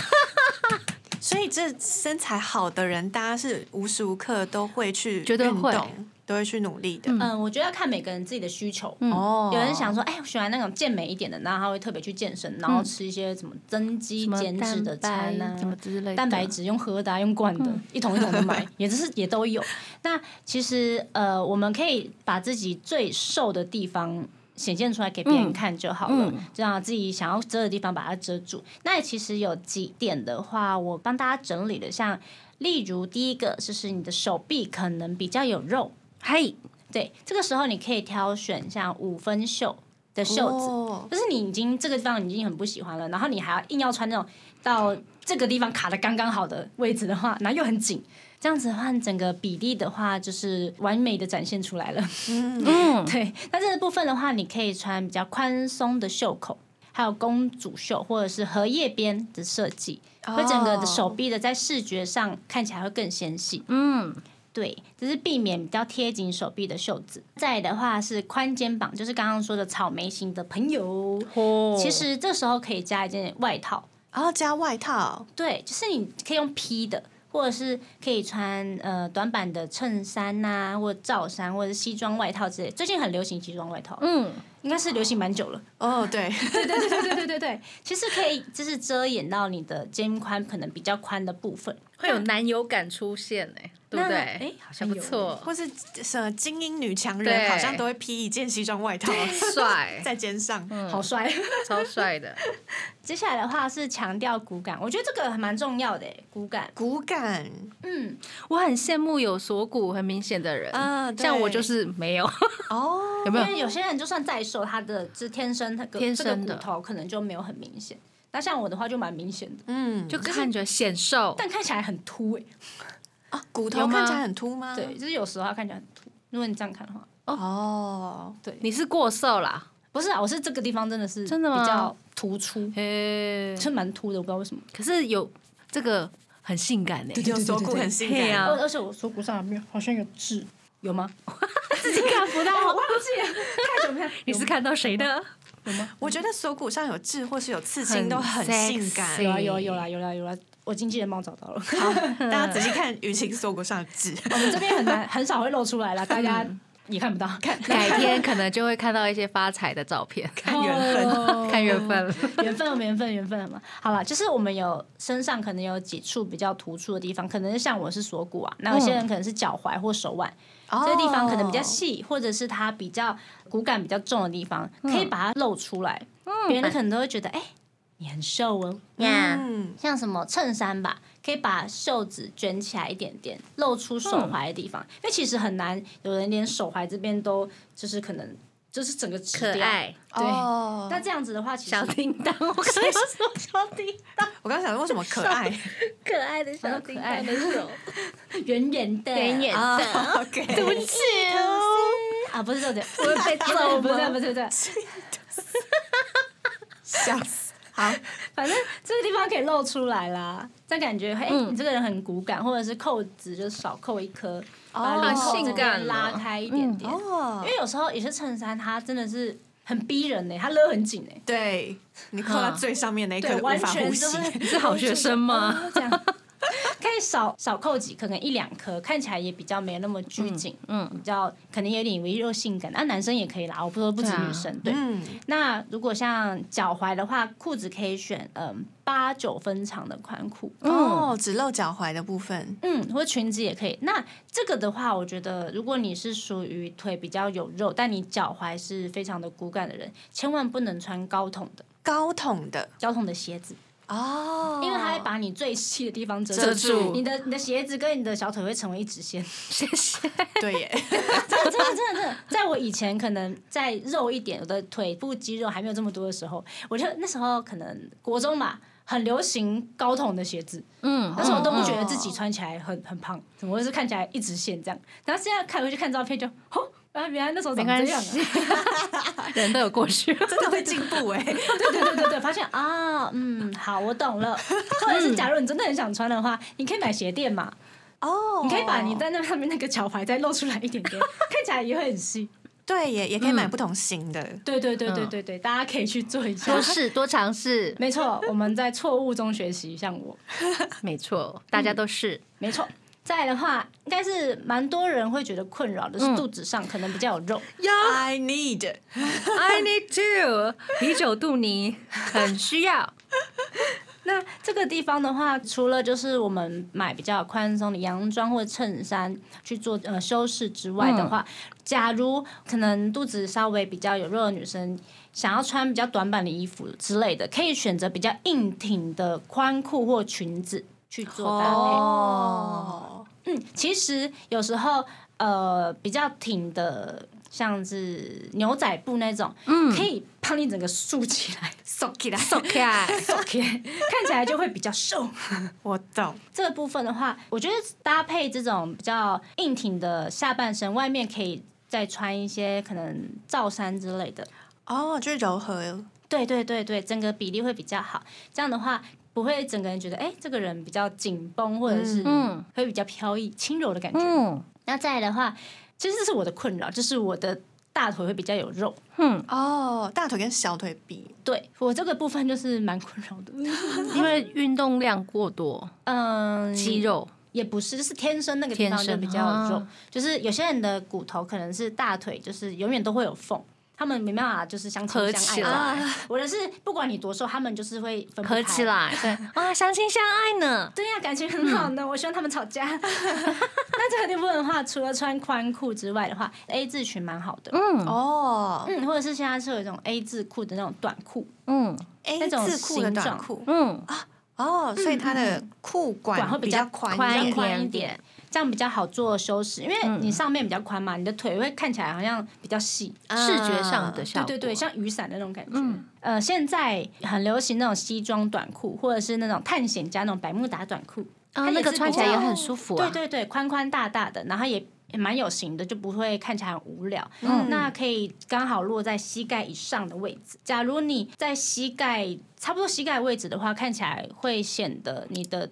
Speaker 3: 所以这身材好的人，大家是无时无刻都会去
Speaker 2: 绝对
Speaker 3: 运
Speaker 2: 会
Speaker 3: 动，都会去努力的。
Speaker 4: 嗯，我觉得要看每个人自己的需求。
Speaker 2: 嗯
Speaker 3: 哦
Speaker 4: 有人想说，哎，我喜欢那种健美一点的，然后他会特别去健身，然后吃一些什么增
Speaker 2: 嗯
Speaker 4: 肌
Speaker 2: 什么
Speaker 4: 减脂的餐
Speaker 2: 蛋
Speaker 4: 啊
Speaker 2: 白，什么之类的，嗯
Speaker 4: 蛋白质用喝的、啊、用灌的， 一桶一桶的买，也就是也都有。那其实呃，我们可以把自己最瘦的地方显现出来给别人看就好了，
Speaker 2: 嗯嗯
Speaker 4: 这样自己想要遮的地方把它遮住。那其实有几点的话，我帮大家整理了，像例如第一个就是你的手臂可能比较有肉，
Speaker 2: 嘿，
Speaker 4: 对，这个时候你可以挑选像五分袖的袖子。
Speaker 3: 哦
Speaker 4: 就是你已经这个地方你已经很不喜欢了，然后你还要硬要穿那种到这个地方卡的刚刚好的位置的话，然后又很紧，这样子的话，你整个比例的话就是完美的展现出来了。
Speaker 2: 嗯，
Speaker 4: 对，那这个部分的话，你可以穿比较宽松的袖口，还有公主袖或者是荷叶边的设计，会整个的手臂的在视觉上看起来会更纤细。
Speaker 2: 嗯，
Speaker 4: 对，只是避免比较贴紧手臂的袖子。再来的话是宽肩膀，就是刚刚说的草莓型的朋友。
Speaker 2: 哦
Speaker 4: 其实这时候可以加一件外套，
Speaker 3: 然后哦加外套，
Speaker 4: 对，就是你可以用披的，或者是可以穿呃短版的衬衫呐、或者罩衫，或者是西装外套之类。最近很流行西装外套，
Speaker 2: 嗯，
Speaker 4: 应该是流行蛮久了。
Speaker 3: 哦，对，
Speaker 4: 对对对对对对对对，其实可以就是遮掩到你的肩宽可能比较宽的部分。
Speaker 2: 会有男友感出现哎、对不
Speaker 4: 那
Speaker 2: 对？
Speaker 4: 哎好像
Speaker 2: 还不
Speaker 4: 有
Speaker 2: 错，
Speaker 3: 或是什么精英女强人，
Speaker 2: 对
Speaker 3: 好像都会披一件西装外套
Speaker 2: 帅，嗯
Speaker 3: 在肩上。
Speaker 4: 好帅！
Speaker 2: 超帅的。
Speaker 4: 接下来的话是强调骨感，我觉得这个还蛮重要的诶，骨感。
Speaker 3: 骨感
Speaker 4: 嗯，
Speaker 2: 我很羡慕有锁骨很明显的人，
Speaker 3: 啊对
Speaker 2: 像我就是没有，
Speaker 3: 哦，
Speaker 2: 有没
Speaker 4: 因
Speaker 2: 有？
Speaker 4: 为有些人就算再瘦，他的是天生那个
Speaker 2: 天生
Speaker 4: 这
Speaker 2: 的
Speaker 4: 个骨头可能就没有很明显。那像我的话就蛮明显的，
Speaker 3: 嗯，
Speaker 2: 就看起来显瘦，
Speaker 4: 但看起来很凸诶。
Speaker 3: 啊，骨
Speaker 2: 有
Speaker 3: 头
Speaker 2: 吗
Speaker 3: 看起来很凸吗？
Speaker 4: 对，，就是有时候它看起来很凸。如果你这样看的话，
Speaker 3: 哦，
Speaker 2: 你是过瘦啦，
Speaker 4: 不是啊，我是这个地方真的是
Speaker 2: 真的吗
Speaker 4: 比较突出，
Speaker 2: 嘿，
Speaker 4: 是蛮凸的，我不知道为什么。
Speaker 2: 可是有这个很性感哎、
Speaker 3: 有锁骨很性
Speaker 2: 嘿
Speaker 3: 感，
Speaker 2: 啊
Speaker 4: 而而且我锁骨上面好像有痣， 有吗？
Speaker 2: 自己看不
Speaker 4: 哎 我
Speaker 2: 到，
Speaker 4: 忘 记了，太久没看。
Speaker 2: 你是看到谁 的？
Speaker 3: 我觉得锁骨上有痣或是有刺
Speaker 2: 很
Speaker 3: 青都很性
Speaker 2: sexy
Speaker 3: 感。
Speaker 4: 有啊有啊有啦有啦有啦，我经纪人帮我找到了。
Speaker 3: 好，大家仔细看雨晴锁骨上的 痣，
Speaker 4: 我们这边很难很少会露出来啦，大家
Speaker 2: 嗯
Speaker 4: 也看不到，看
Speaker 2: 改天可能就会看到一些发财的照片，看
Speaker 4: 缘分
Speaker 2: 看缘分了。
Speaker 4: 缘分，缘分，缘分嘛。好了，就是我们有身上可能有几处比较突出的地方，可能是像我是锁骨啊，那有些
Speaker 2: 嗯
Speaker 4: 人可能是脚踝或手腕，
Speaker 3: 哦
Speaker 4: 这个地方可能比较细，或者是它比较骨感比较重的地方，可以把它露出来，
Speaker 2: 哦
Speaker 4: 别人可能都会觉得，哎、你很瘦哦。
Speaker 3: 嗯，
Speaker 4: 像什么衬衫吧，可以把袖子卷起来一点点，露出手踝的地
Speaker 2: 嗯
Speaker 4: 方，因为其实很难，有人连手踝这边都就是可能就是整个直
Speaker 2: 可
Speaker 4: 掉。
Speaker 2: 爱
Speaker 4: 对
Speaker 3: 哦
Speaker 4: 那这样子的话，其实
Speaker 2: 小叮当，我刚才说小叮当，
Speaker 3: 我刚想说为什么可 爱
Speaker 2: 可爱的小叮当的手，
Speaker 4: 圆圆的，
Speaker 2: 远远
Speaker 3: 啊
Speaker 2: 的。嗯
Speaker 3: ？OK，
Speaker 2: 对不起哦，
Speaker 4: 啊，不是这样，
Speaker 2: 我会被揍
Speaker 4: 不是
Speaker 2: 吗
Speaker 4: 不是不是，
Speaker 3: 笑死。好，
Speaker 4: 反正这个地方可以露出来啦，这样感觉哎、
Speaker 2: 嗯
Speaker 4: 你这个人很骨感，或者是扣子就少扣一颗，把
Speaker 2: 好
Speaker 4: 领口
Speaker 2: 性
Speaker 4: 这
Speaker 2: 感
Speaker 4: 边
Speaker 2: 哦
Speaker 4: 拉开一点点，
Speaker 3: 哦
Speaker 4: 因，为有时候有些衬衫它真的是很逼人欸呢、它勒很紧呢、
Speaker 3: 对你扣到最上面那一刻
Speaker 4: 对，
Speaker 3: 无
Speaker 4: 完
Speaker 3: 法呼
Speaker 4: 全
Speaker 3: 吸
Speaker 4: 就，是
Speaker 2: 你是好学生 吗？
Speaker 4: 哦这样可以少少扣几颗，可能一两颗，看起来也比较没那么拘谨，
Speaker 2: 嗯
Speaker 4: 比较可能有点微弱性感。那、啊男生也可以啦，我不说不止
Speaker 2: 对啊
Speaker 4: 女生，对。
Speaker 3: 嗯，
Speaker 4: 那如果像脚踝的话，裤子可以选嗯八九分长的宽裤，
Speaker 2: 嗯
Speaker 3: 哦，只露脚踝的部分，
Speaker 4: 嗯，或裙子也可以。那这个的话，我觉得如果你是属于腿比较有肉，但你脚踝是非常的骨感的人，千万不能穿高筒的
Speaker 3: 高筒的
Speaker 4: 高筒的鞋子，
Speaker 3: 哦，
Speaker 4: 因为它会把你最细的地方遮
Speaker 2: 嗯遮住
Speaker 4: 你的你的鞋子跟你的小腿会成为一 直线。
Speaker 2: 谢谢。
Speaker 3: 对 耶，
Speaker 4: 真的真的真的真的，在我以前可能再肉一点，我的腿部肌肉还没有这么多的时候，我就那时候可能国中嘛，很流行高筒的鞋子，
Speaker 2: 嗯，
Speaker 4: 那时候我都不
Speaker 2: 嗯
Speaker 4: 觉得自己穿起来很很胖，怎么会是看起来一直线这样？然后现在看回去看照片就，哦，啊，原来那时候
Speaker 2: 没
Speaker 4: 长这
Speaker 2: 关
Speaker 4: 样、啊。
Speaker 2: 系，人都有过 去。
Speaker 3: 真的会进步 哎、
Speaker 4: 对对对对对，发现啊，嗯，好，我 懂了。或者
Speaker 2: 嗯
Speaker 4: 是假如你真的很想穿的话，你可以买鞋垫嘛，
Speaker 3: 哦，
Speaker 4: 你可以把你在那上面那个脚踝再露出来一点 点，看起来也会很细。
Speaker 3: 对也也可以买不同型的，
Speaker 4: 对对对对
Speaker 2: 嗯
Speaker 4: 对对，大家可以去做一下
Speaker 2: 多。试多尝试，
Speaker 4: 没错，我们在错误中学习，像我，
Speaker 2: 没错，大
Speaker 4: 嗯
Speaker 2: 家都是。
Speaker 4: 没错。再来的话，应该是蛮多人会觉得困扰的是
Speaker 2: 嗯
Speaker 4: 肚子上可能比较有肉，
Speaker 3: I need，
Speaker 2: I need to，啤酒肚泥很需要。
Speaker 4: 那这个地方的话，除了就是我们买比较宽松的洋装或衬衫去做呃修饰之外的话，假如可能肚子稍微比较有肉的女生，想要穿比较短版的衣服之类的，可以选择比较硬挺的宽裤或裙子去做搭配。
Speaker 3: 哦，
Speaker 4: 嗯，其实有时候呃比较挺的，像是牛仔布那种，
Speaker 2: 嗯
Speaker 4: 可以帮你整个竖起来，
Speaker 3: 收起来，
Speaker 2: ，OK，
Speaker 4: o k 看起来就会比较瘦。
Speaker 3: 我懂，
Speaker 4: 这个部分的话，我觉得搭配这种比较硬挺的下半身，外面可以再穿一些可能罩衫之类的。
Speaker 3: 哦，就是柔和，
Speaker 4: 对对对对，整个比例会比较好。这样的话，不会整个人觉得哎，诶这个人比较紧绷，或者是
Speaker 2: 嗯
Speaker 4: 会比较飘逸、轻柔的感觉。
Speaker 2: 嗯
Speaker 4: 那再来的话，其实这是我的困扰，就是我的大腿会比较有肉。
Speaker 2: 哼，
Speaker 3: 哦，大腿跟小腿比，
Speaker 4: 对我这个部分就是蛮困扰的。
Speaker 2: 因为运动量过多，
Speaker 4: 嗯，
Speaker 2: 肌肉
Speaker 4: 也不是，就是天生那个地方
Speaker 2: 天
Speaker 4: 就
Speaker 2: 生
Speaker 4: 比较有肉
Speaker 2: 啊，
Speaker 4: 就是有些人的骨头可能是大腿，就是永远都会有缝。他们没办法，就是相
Speaker 2: 合
Speaker 4: 亲相
Speaker 2: 起
Speaker 4: 爱的。
Speaker 2: 来
Speaker 4: 我的是，不管你多瘦，他们就是会嗯分不开
Speaker 2: 合起。来，对啊，相亲相爱呢。
Speaker 4: 对呀、啊感情很好呢。我希望他们 吵架。那这个地方的话，除了穿宽裤之外的话，A 字裙蛮好的。
Speaker 2: 嗯
Speaker 3: 哦
Speaker 4: 嗯，或者是现在是有一种 A 字裤的那种短裤，
Speaker 2: 嗯
Speaker 3: ，A
Speaker 4: 那种
Speaker 3: 字裤的
Speaker 4: 形
Speaker 3: 短
Speaker 4: 状
Speaker 3: 裤，
Speaker 2: 嗯，
Speaker 4: 啊
Speaker 3: 哦，所以它的裤管
Speaker 4: 管会
Speaker 3: 比
Speaker 4: 比较
Speaker 3: 宽
Speaker 2: 宽一
Speaker 3: 一点，
Speaker 2: 点
Speaker 4: 宽一点，这样比较好做修饰，因为你上面比较宽嘛，你的腿会看起来好像比较细。
Speaker 2: 视觉上的效
Speaker 4: 对
Speaker 2: 果，
Speaker 4: 对对，像雨伞的那种感觉。呃，现在很流行那种西装短裤，或者是那种探险家那种百慕达短裤。
Speaker 2: 啊，
Speaker 4: 它也
Speaker 2: 那
Speaker 4: 是
Speaker 2: 个穿起来
Speaker 4: 比
Speaker 2: 也
Speaker 4: 较
Speaker 2: 很舒服啊
Speaker 4: 对。对对，宽宽大大的，然后也也蛮有型的，就不会看起来很无聊。那可以刚好落在膝盖以上的位置。假如你在膝盖差不多膝盖位置的话，看起来会显得你的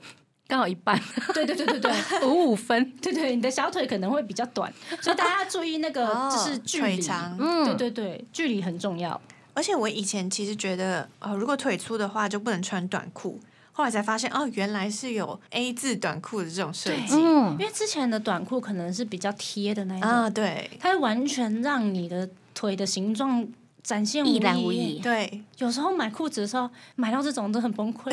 Speaker 2: 刚好一半，
Speaker 4: 对对对对对
Speaker 2: 五五分。
Speaker 4: 对对，你的小腿可能会比较短，所以大家注意那个
Speaker 3: 哦
Speaker 4: 就是距
Speaker 3: 腿
Speaker 4: 离。
Speaker 3: 长，
Speaker 4: 对
Speaker 2: 嗯，
Speaker 4: 对对，距离很重要。
Speaker 3: 而且我以前其实觉得，呃，如果腿粗的话就不能穿短裤，后来才发现，哦，原来是有 A 字短裤的这种设计
Speaker 2: 嗯
Speaker 4: 因为之前的短裤可能是比较贴的那一种，
Speaker 3: 啊，对
Speaker 4: 它会完全让你的腿的形状展现
Speaker 2: 一览无
Speaker 4: 无遗
Speaker 2: 遗。
Speaker 3: 对，
Speaker 4: 有时候买裤子的时候，买到这种都很崩 溃，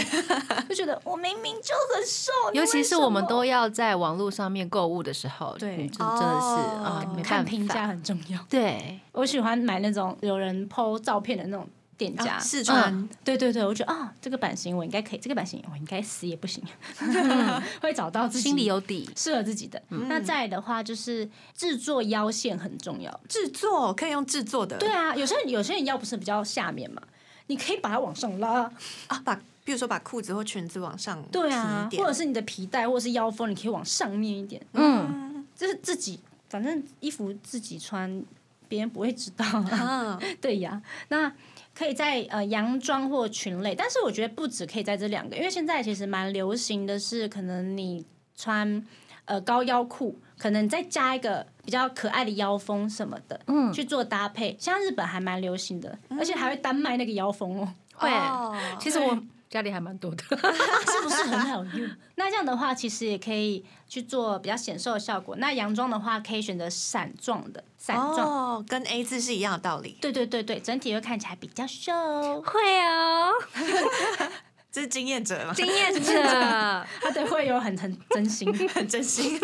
Speaker 4: 就觉得我明明就很瘦，你
Speaker 2: 尤其
Speaker 4: 为
Speaker 2: 是
Speaker 4: 什
Speaker 2: 我们
Speaker 4: 么
Speaker 2: 都要在网络上面购物的时候，
Speaker 4: 对
Speaker 2: 嗯这真的是啊，
Speaker 3: 哦
Speaker 2: 没
Speaker 4: 看
Speaker 2: 办
Speaker 4: 评价
Speaker 2: 法。
Speaker 4: 很重要。
Speaker 2: 对，
Speaker 4: 我喜欢买那种有人 PO 照片的那种店家。
Speaker 3: 啊试
Speaker 2: 嗯
Speaker 3: 穿
Speaker 4: 对对对，我觉得啊、这个版型我应该可以，这个版型我应该死也 不行，会找到自己
Speaker 2: 心里有嗯底。
Speaker 4: 适合自己的。那再来的话，就是制作腰线很重要。
Speaker 3: 制作可以用制作的，
Speaker 4: 对啊，有些人有些人腰不是比较下面嘛，你可以把它往上拉。
Speaker 3: 啊，把比如说把裤子或裙子往上提
Speaker 4: 对啊
Speaker 3: 一，点
Speaker 4: 或者是你的皮带或者是腰封，你可以往上面一点。
Speaker 2: 嗯，
Speaker 4: 就是自己，反正衣服自己穿，别人不会知道、
Speaker 3: 啊，
Speaker 4: 对呀，那可以在呃洋装或裙类，但是我觉得不止可以在这两个，因为现在其实蛮流行的是，可能你穿呃高腰裤，可能再加一个比较可爱的腰封什么的，嗯，去做搭配。像日本还蛮流行的，而且还会单卖那个腰封哦，
Speaker 2: 会。
Speaker 3: 哦
Speaker 2: 其实 我家里还蛮多的。
Speaker 4: 是不是很好用？那这样的话，其实也可以去做比较显瘦的效果。那洋装的话，可以选择伞状的，伞状。
Speaker 3: 哦，跟 A 字是一样的道理，
Speaker 4: 对对对对，整体会看起来比较瘦。
Speaker 2: 会
Speaker 4: 啊
Speaker 2: 哦，
Speaker 3: 这是经验者嘛，
Speaker 2: 经验 者。
Speaker 4: 他对会有很很真心，
Speaker 3: 很真心，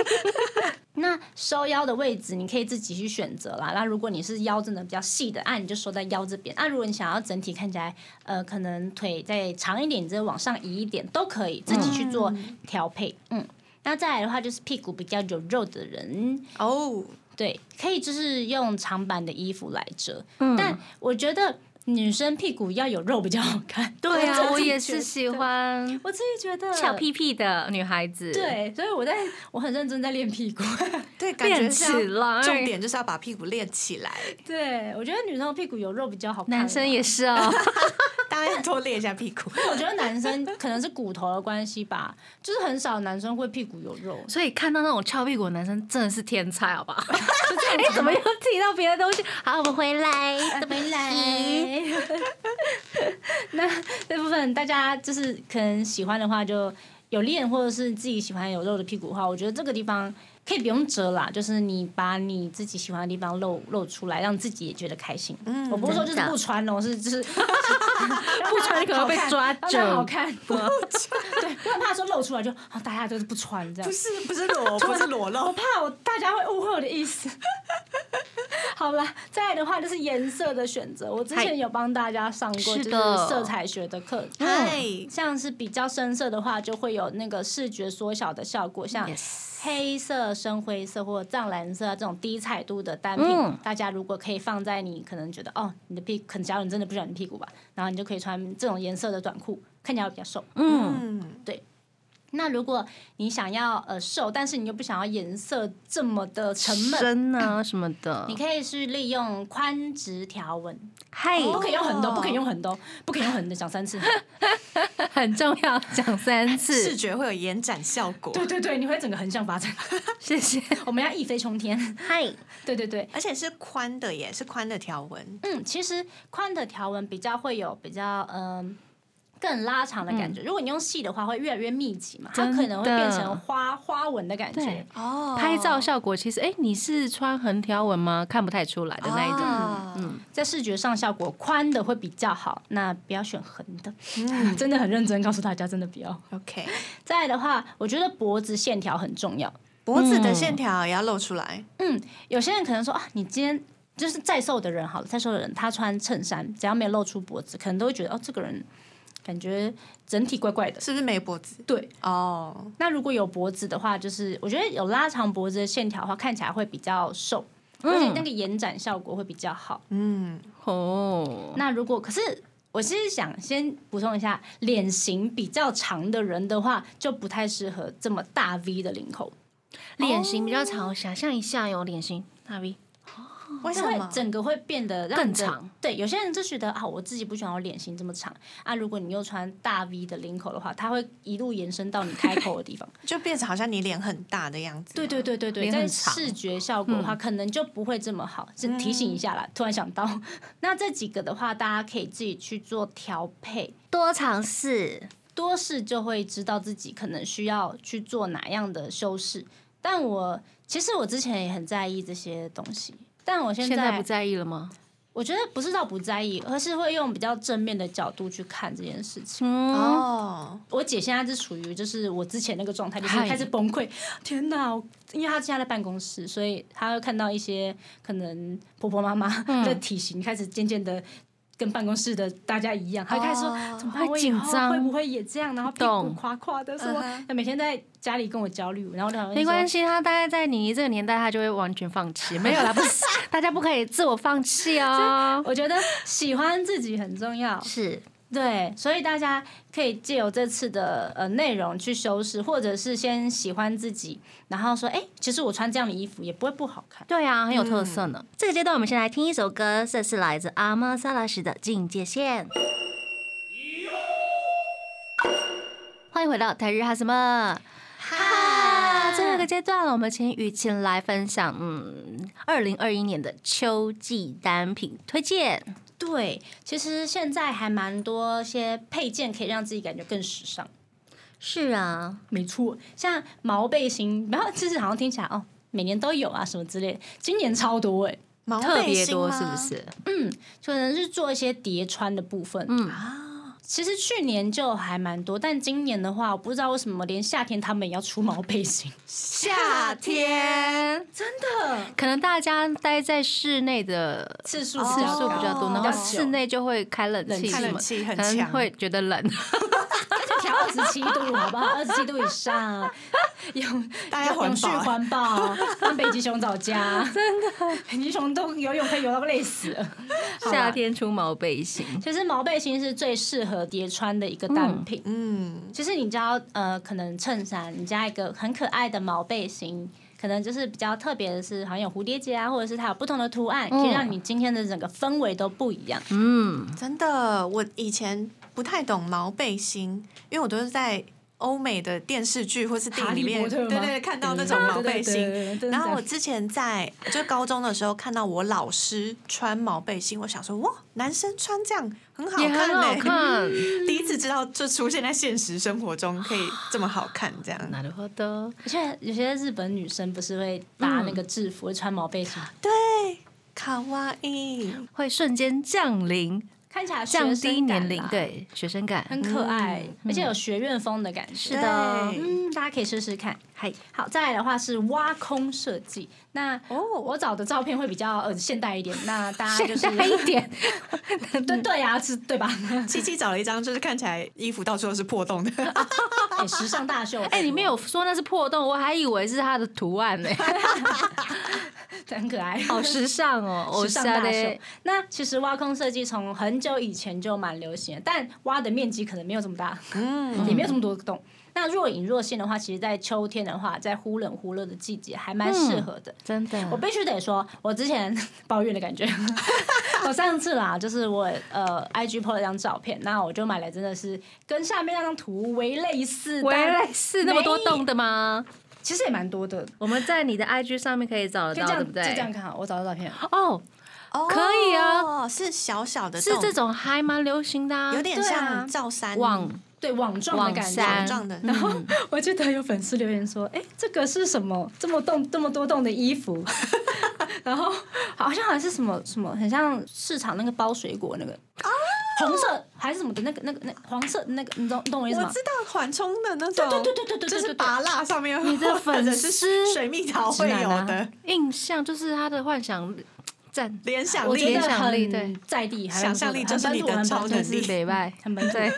Speaker 4: 那收腰的位置你可以自己去选择啦。那如果你是腰真的比较细的，啊，你就收在腰这边；啊，如果你想要整体看起来，呃，可能腿再长一点，你再往上移一点都可以，自己去做调配。嗯那再来的话就是屁股比较有肉的人，
Speaker 3: 哦，
Speaker 2: 嗯
Speaker 4: 对，可以就是用长版的衣服来遮。但我觉得女生屁股要有肉比较好看。
Speaker 2: 对 啊，我
Speaker 4: 自己
Speaker 2: 也
Speaker 4: 觉
Speaker 2: 是
Speaker 4: 得
Speaker 2: 喜，欢
Speaker 4: 我自己觉得
Speaker 2: 翘。屁屁的女孩子。，
Speaker 4: 对，所以我在我很认真在练屁股。
Speaker 3: 对，感觉
Speaker 2: 练
Speaker 3: 是
Speaker 2: 起来
Speaker 3: 要重点就是要把屁股练起来，
Speaker 4: 对，我觉得女生的屁股有肉比较好看。
Speaker 2: 男生也，是哦。
Speaker 3: 大家要多练一下屁股。
Speaker 4: 我觉得男生可能是骨头的关系吧，就是很少男生会屁股有肉。
Speaker 2: 所以看到那种翘屁股的男生真的是天才， 好不好？哎、 怎么又提到别的东西？好，我们回来。
Speaker 4: 回来。 那这部分大家就是可能喜欢的话，就有练，或者是自己喜欢有肉的屁股的话，我觉得这个地方可以不用遮啦，就是你把你自己喜欢的地方露露出来，让自己也觉得开心。
Speaker 3: 嗯
Speaker 4: 我不是说就是
Speaker 2: 真的
Speaker 4: 不穿哦，是就是
Speaker 2: 不穿可能被抓
Speaker 4: 让它好
Speaker 2: 走。
Speaker 4: 看，哦不穿， 对，不然怕说露出来就啊，大家就是不穿这样
Speaker 3: 不。是不是裸，不是裸
Speaker 4: 我
Speaker 3: 露，
Speaker 4: 怕我大家会误会我的意思。 好啦，再来的话就是颜色的选择，我之
Speaker 2: 嗨
Speaker 4: 前有帮大家上过，
Speaker 2: 是
Speaker 4: 就
Speaker 2: 的
Speaker 4: 是色彩学的课。
Speaker 3: 嗨，
Speaker 4: 像是比较深色的话，就会有那个视觉缩小的效果，像
Speaker 2: Yes
Speaker 4: 黑色、深灰色或者藏蓝色啊这种低彩度的单品，
Speaker 2: 嗯
Speaker 4: 大家如果可以放在你可能觉得哦，你的屁，可能假如你真的不喜欢你屁股吧，然后你就可以穿这种颜色的短裤，看起来会比较瘦。
Speaker 2: 嗯，
Speaker 3: 嗯，
Speaker 4: 那如果你想要呃瘦，但是你又不想要颜色这么的沉闷，
Speaker 2: 身啊什么 的
Speaker 4: 你。可以去利用宽直条纹，
Speaker 2: 嗨，
Speaker 4: 不可以用横的，
Speaker 3: 哦
Speaker 4: 不可以用横的哦，不可以用横的，讲 三次。
Speaker 2: 很重要，讲三
Speaker 3: 视
Speaker 2: 次。
Speaker 3: 觉会有延展效果，
Speaker 4: 对对对，你会整个横向发展。
Speaker 2: 谢谢。
Speaker 4: 我们要一飞冲天。
Speaker 2: 嗨，
Speaker 4: 对对对，
Speaker 3: 而且是宽的耶，是宽的条纹，
Speaker 4: 嗯，其实宽的条纹比较会有比较嗯。更拉长的感觉，如果你用细的话，会越来越密集嘛，它
Speaker 2: 嗯真
Speaker 4: 可能会
Speaker 2: 的
Speaker 4: 变成花花纹的感觉
Speaker 2: 对。
Speaker 3: 哦
Speaker 2: 拍照效果其实，哎、你是穿横条纹吗？看不太出来的那一种。
Speaker 3: 种，
Speaker 4: 在视觉上效果宽的会比较好，那不要选横的，
Speaker 3: 嗯
Speaker 4: 真的很认真告诉大家，真的不要。
Speaker 3: ，OK，
Speaker 4: 再来的话，我觉得脖子线条很重要。
Speaker 3: 脖子的线条也要露出来，
Speaker 4: 嗯，有些人可能说啊，你今天就是再瘦的人好了，再瘦的人他穿衬衫，只要没有露出脖子，可能都会觉得哦，这个人感觉整体怪怪的。
Speaker 3: 是不是没脖子？
Speaker 4: 对，
Speaker 3: 哦，
Speaker 4: 那如果有脖子的话，就是我觉得有拉长脖子的线条的话，看起来会比较瘦，而且那个延展效果会比较好。
Speaker 3: 嗯，
Speaker 2: 哦，
Speaker 4: 那如果可是。我其实想先补充一下，脸型比较长的人的话，就不太适合这么大 V 的领口，
Speaker 2: 脸型比较长，我想象一下哟，脸型大 V。
Speaker 3: 为
Speaker 4: 它
Speaker 3: 什
Speaker 4: 会
Speaker 3: 么？
Speaker 4: 整个会变得让
Speaker 2: 更
Speaker 4: 你的
Speaker 2: 长。
Speaker 4: 对，有些人就觉得啊，我自己不喜欢我脸型这么长啊。如果你又穿大 V 的领口的话，它会一路延伸到你开口的地方。
Speaker 3: 就变成好像你脸很大的样子，
Speaker 4: 对对对对对，嗯
Speaker 2: 脸
Speaker 4: 在
Speaker 2: 很长
Speaker 4: 视觉效果的话，可能就不会这么好。是提醒一下啦，突然想到。 那这几个的话，大家可以自己去做调配。
Speaker 2: 多尝试，
Speaker 4: 多试就会知道自己可能需要去做哪样的修饰，但我其实我之前也很在意这些东西，但我
Speaker 2: 现在不在意了吗？
Speaker 4: 我觉得不是到不在意，而是会用比较正面的角度去看这件事情。
Speaker 2: 嗯，
Speaker 3: 哦，
Speaker 4: 我姐现在是处于就是我之前那个状态，就是
Speaker 2: 嗨
Speaker 4: 开始崩溃。天哪！我因为她现在在办公室，所以她会看到一些可能婆婆妈妈
Speaker 2: 嗯
Speaker 4: 的体型开始渐渐的。跟办公室的大家一样，她会开始说、
Speaker 3: 哦
Speaker 4: 怎么办？
Speaker 2: 会
Speaker 4: 我以
Speaker 2: 紧
Speaker 4: 后
Speaker 2: 张
Speaker 4: 会不会也这样？然后屁股
Speaker 2: 懂
Speaker 4: 垮垮的，什么
Speaker 3: 嗯哼？
Speaker 4: 她每天在家里跟我焦虑，然后我就好像
Speaker 2: 没关
Speaker 4: 系，
Speaker 2: 系，他大概在你这个年代，他就会完全放弃。没有啦，不是，大家不可以自我放弃哦。
Speaker 4: 我觉得喜欢自己很重要，
Speaker 2: 是，
Speaker 4: 对，所以大家可以借由这次的呃内容去修饰，或者是先喜欢自己，然后说，哎、其实我穿这样的衣服也不会不好看。
Speaker 2: 对啊，很有特色呢。这个阶段，我们先来听一首歌，这是来自阿玛萨拉什的《境界线》。欢迎回到台日哈什么？哈，最后一个阶段，我们请雨晴来分享，嗯，二零二一年的秋季单品推荐。
Speaker 4: 对，其实现在还蛮多些配件可以让自己感觉更时尚。
Speaker 2: 是啊，
Speaker 4: 没错，像毛背心，然后其实好像听起来哦，每年都有啊什么之类的，今年超多哎、
Speaker 3: 毛
Speaker 2: 特
Speaker 3: 背
Speaker 2: 别
Speaker 3: 心
Speaker 2: 多
Speaker 3: 吗
Speaker 2: 是不？是？
Speaker 4: 可能是做一些叠穿的部分。
Speaker 2: 嗯
Speaker 4: 啊，其实去年就还蛮多，但今年的话，我不知道为什么连夏天他们也要出毛背心。
Speaker 2: 夏天真的，可能大家待在室内的
Speaker 4: 次数
Speaker 2: 次数比较
Speaker 3: 哦
Speaker 2: 多，然
Speaker 4: 比较
Speaker 2: 后
Speaker 4: 久
Speaker 2: 室内就会开冷气
Speaker 4: 冷气
Speaker 2: 什么，
Speaker 3: 冷气
Speaker 2: 可
Speaker 3: 很
Speaker 2: 能
Speaker 3: 强
Speaker 2: 会觉得冷。
Speaker 4: 调二十七度，好 不好？二十七度以上，用
Speaker 3: 大家环保
Speaker 4: 永续环保，跟北极熊找家，真的，北极熊都游泳可以游到累死了。好吧
Speaker 2: 夏天出毛背心，
Speaker 4: 其实毛背心是最适合叠穿的一个单品。
Speaker 3: 嗯，
Speaker 4: 其实你加呃，可能衬衫，你加一个很可爱的毛背心，可能就是比较特别的是，好像有蝴蝶结啊，或者是它有不同的图案，可以让你今天的整个氛围都不一样。
Speaker 2: 嗯，
Speaker 3: 真的，我以前不太懂毛背心，因为我都是在欧美的电视剧或是电影里面，对对对，看到那种毛背心。然后我之前在就高中的时候看到我老师穿毛背心，我想说哇，男生穿这样很好
Speaker 2: 也
Speaker 3: 看、欸，
Speaker 2: 很好看。
Speaker 3: 第一次知道就出现在现实生活中可以这么好看，这样
Speaker 2: なるほど。
Speaker 4: 而且有些日本女生不是会搭那个制服，会穿毛背心，
Speaker 3: 对， 卡哇伊。
Speaker 2: 会瞬间降临，
Speaker 4: 看起来啊学
Speaker 2: 降
Speaker 4: 生
Speaker 2: 低
Speaker 4: 感
Speaker 2: 年龄
Speaker 4: 啦，，
Speaker 2: 对嗯学生感。
Speaker 4: 很可爱，而且有学院风的感觉。是
Speaker 3: 的
Speaker 4: 嗯，大家可以试试看。
Speaker 2: 嗨，
Speaker 4: 好，再来的话是挖空设计。那
Speaker 3: 哦
Speaker 4: 我找的照片会比较呃现代一点，那大家就是
Speaker 2: 现代一点，
Speaker 4: 对对啊，是对吧？
Speaker 3: 七七找了一张，就是看起来衣服到处都是破洞的，
Speaker 4: 哎，时尚大秀，
Speaker 2: 哎、你们有说那是破洞，我还以为是它的图案呢、
Speaker 4: 很可爱，
Speaker 2: 好 时尚哦，偶
Speaker 4: 时尚大
Speaker 2: 像
Speaker 4: 秀
Speaker 2: 嘞。。
Speaker 4: 那其实挖空设计从很久以前就蛮流行的，但挖的面积可能没有这么大，嗯，也没有这么多洞。那若隐若现的话，其实，在秋天的话，在忽冷忽热的季节，还蛮
Speaker 2: 嗯
Speaker 4: 适合的。
Speaker 2: 真的，
Speaker 4: 我必须得说，我之前 抱怨的感觉，我上次啦，就是我呃，IG po 了张照片，那我就买了，真的是跟下面那张图为类似，
Speaker 2: 维
Speaker 4: 但
Speaker 2: 莱斯那么多洞的吗？
Speaker 4: 其实也蛮多的。
Speaker 2: 我们在你的 IG 上面可以找得
Speaker 4: 就
Speaker 2: 到，
Speaker 4: 这
Speaker 2: 对
Speaker 4: 样，
Speaker 2: 不
Speaker 4: 就这
Speaker 2: 对？
Speaker 4: 样看好，我找到照片了，
Speaker 2: 哦，
Speaker 3: 哦
Speaker 2: 可以啊，
Speaker 3: 是小小的洞，
Speaker 2: 是这种还蛮流行的、啊，
Speaker 3: 有点
Speaker 4: 对啊
Speaker 3: 像罩衫
Speaker 2: 网
Speaker 4: 对网嗯状的
Speaker 2: 网嗯
Speaker 4: 感觉。
Speaker 2: 衫
Speaker 3: 状的，
Speaker 4: 然后我记得有粉丝留言说：“哎、这个是什么？这么动这么多洞的衣 服？”然后好像还是什么什么，很像市场那个包水果那个
Speaker 2: 哦
Speaker 4: 红色还是什么的那个那个那个黄色的那个，你懂你懂我意思
Speaker 3: 我
Speaker 4: 吗？
Speaker 3: 知道缓冲的那种，
Speaker 4: 对对对对对对对
Speaker 3: 就是拔蜡上面，你
Speaker 2: 的粉丝
Speaker 3: 是水蜜桃会有
Speaker 4: 直男啊
Speaker 3: 的
Speaker 2: 印象，就是他的幻想呃赞，
Speaker 3: 联想
Speaker 4: 我
Speaker 3: 力
Speaker 4: 觉得
Speaker 2: 联想力对
Speaker 4: 很在地，还
Speaker 3: 想象力就是你的超能
Speaker 2: 真
Speaker 3: 力
Speaker 2: 是北拜，
Speaker 4: 很本土
Speaker 2: 对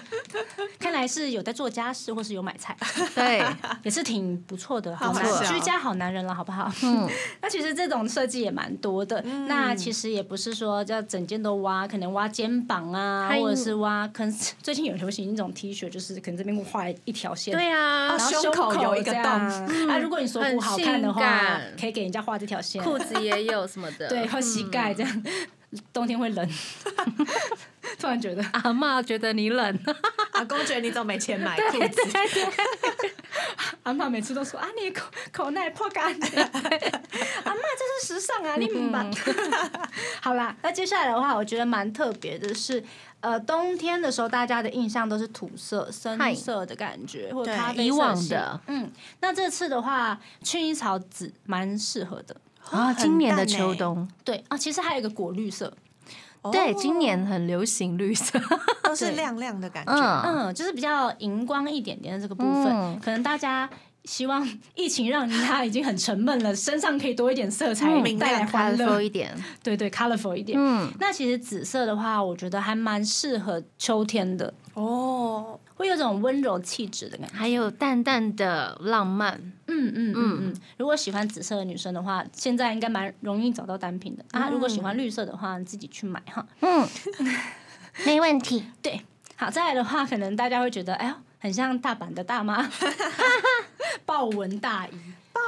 Speaker 4: 看来是有在做家事或是有买 菜，
Speaker 2: 对，
Speaker 4: 也是挺不错的，好
Speaker 3: 好
Speaker 4: 男
Speaker 2: 不错
Speaker 4: 居家好男人了，好不好？
Speaker 2: 嗯，
Speaker 4: 那其实这种设计也蛮多的，
Speaker 3: 嗯
Speaker 4: 那其实也不是说要整件都挖，可能挖肩膀啊，
Speaker 2: 还有
Speaker 4: 或者是挖，可能 最近有流行一种 T 恤，就是可能这边画一条线。
Speaker 2: 对啊
Speaker 4: 然，后
Speaker 3: 胸口
Speaker 4: 口
Speaker 3: 有一个
Speaker 4: 这样啊，如果你锁骨好看的
Speaker 2: 很
Speaker 4: 话
Speaker 2: 性感，
Speaker 4: 可以给人家画这条线。
Speaker 2: 裤子也有什么的，嗯
Speaker 4: 对，或膝盖这样，冬天会冷。 突然觉得
Speaker 2: 阿嬷觉得你冷，
Speaker 3: 阿公觉得你怎么没 钱买裤子？
Speaker 4: 阿妈每次都说啊，你的口口耐破干， 阿妈这是时尚
Speaker 2: 嗯
Speaker 4: 啊，你明白？ 好啦，那接下来的话，我觉得蛮特别的是，呃，冬天的时候，大家的印象都是土色、深
Speaker 2: 嗨
Speaker 4: 色的感觉，或者
Speaker 3: 对
Speaker 4: 咖啡色
Speaker 2: 以往
Speaker 4: 系
Speaker 2: 的，
Speaker 4: 嗯，那这次的话，薰衣草紫蛮适合的。
Speaker 2: 啊，
Speaker 3: 很
Speaker 2: 今年的
Speaker 3: 淡
Speaker 2: 秋
Speaker 3: 欸
Speaker 2: 冬，
Speaker 4: 对啊，其实还有一个果绿色，
Speaker 2: 对，
Speaker 3: 哦
Speaker 2: 今年很流行绿色，
Speaker 3: 都是亮亮的感觉，
Speaker 2: 嗯，
Speaker 4: 嗯，就是比较荧光一点点的这个部分，
Speaker 2: 嗯
Speaker 4: 可能大家希望 疫情让他已经很沉闷了，身上可以多一点色彩，
Speaker 3: 明
Speaker 4: 带来
Speaker 3: 亮
Speaker 4: 欢乐
Speaker 2: colorful，一点，
Speaker 4: 对对，colorful 一点。
Speaker 2: 嗯，
Speaker 4: 那其实紫色的话，我觉得还蛮适合秋天的，
Speaker 3: 哦，
Speaker 4: 会有一种温柔气质的感觉。
Speaker 2: 还有淡淡的浪漫，
Speaker 4: 嗯嗯嗯嗯。如果喜欢紫色的女生的话，现在应该蛮容易找到单品的啊。如果喜欢绿色的话，你自己去买哈。
Speaker 2: 嗯， 没问题，
Speaker 4: 对，好，再来的话，可能大家会觉得，哎呦，很像大阪的大妈， 豹纹大衣。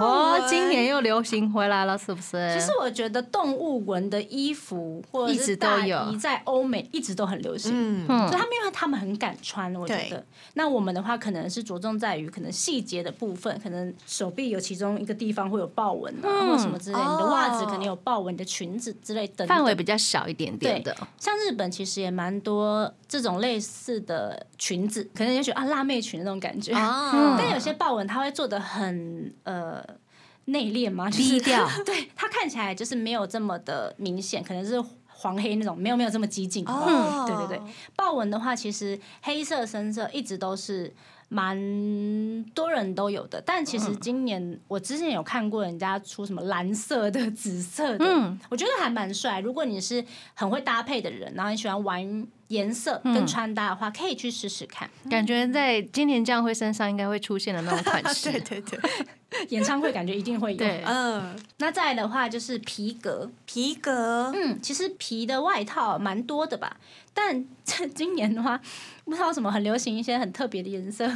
Speaker 2: 哦，今年又流行回来了，是不是？
Speaker 4: 其实我觉得动物纹的衣服或者
Speaker 2: 一直
Speaker 4: 是
Speaker 2: 都
Speaker 4: 大
Speaker 2: 有
Speaker 4: 衣在欧美一直都很流行。
Speaker 3: 嗯，
Speaker 2: 嗯
Speaker 4: 所以他们因为他们很敢穿，我觉
Speaker 3: 对
Speaker 4: 得。那我们的话，可能是着重在于可能细节的部分，可能手臂有其中一个地方会有豹纹啊，或
Speaker 2: 嗯
Speaker 4: 什么之类。你的袜子
Speaker 3: 哦
Speaker 4: 可能有豹纹，你的裙子之类等等。
Speaker 2: 范围比较小一点点的，
Speaker 4: 像日本其实也蛮多这种类似的裙子，可能也许啊辣妹裙那种感觉。
Speaker 3: 哦
Speaker 4: 但有些豹纹它会做的很呃内敛嘛，就是
Speaker 2: 低调，
Speaker 4: 对，它看起来就是没有这么的明显，可能是黄黑那种，没有没有这么激进。
Speaker 3: 哦
Speaker 4: 对对对，豹纹的话，其实黑色、深色一直都是蛮多人都有的，但其实
Speaker 2: 嗯
Speaker 4: 今年我之前有看过人家出什么蓝色的、紫色的，
Speaker 2: 嗯
Speaker 4: 我觉得还蛮帅。如果你是很会搭配的人，然后你喜欢玩颜色
Speaker 3: 嗯
Speaker 4: 跟穿搭的话，可以去试试看。
Speaker 2: 感觉在今年这样会身上应该会出现的那种款 式。
Speaker 3: 对对对，
Speaker 4: 演唱会感觉一定会有。
Speaker 2: 对
Speaker 3: 嗯，
Speaker 4: 那再来的话就是皮革，
Speaker 3: 皮革，
Speaker 4: 嗯，其实皮的外套蛮多的吧，但 这今年的话，不知道为什么很流行一些很特别的颜色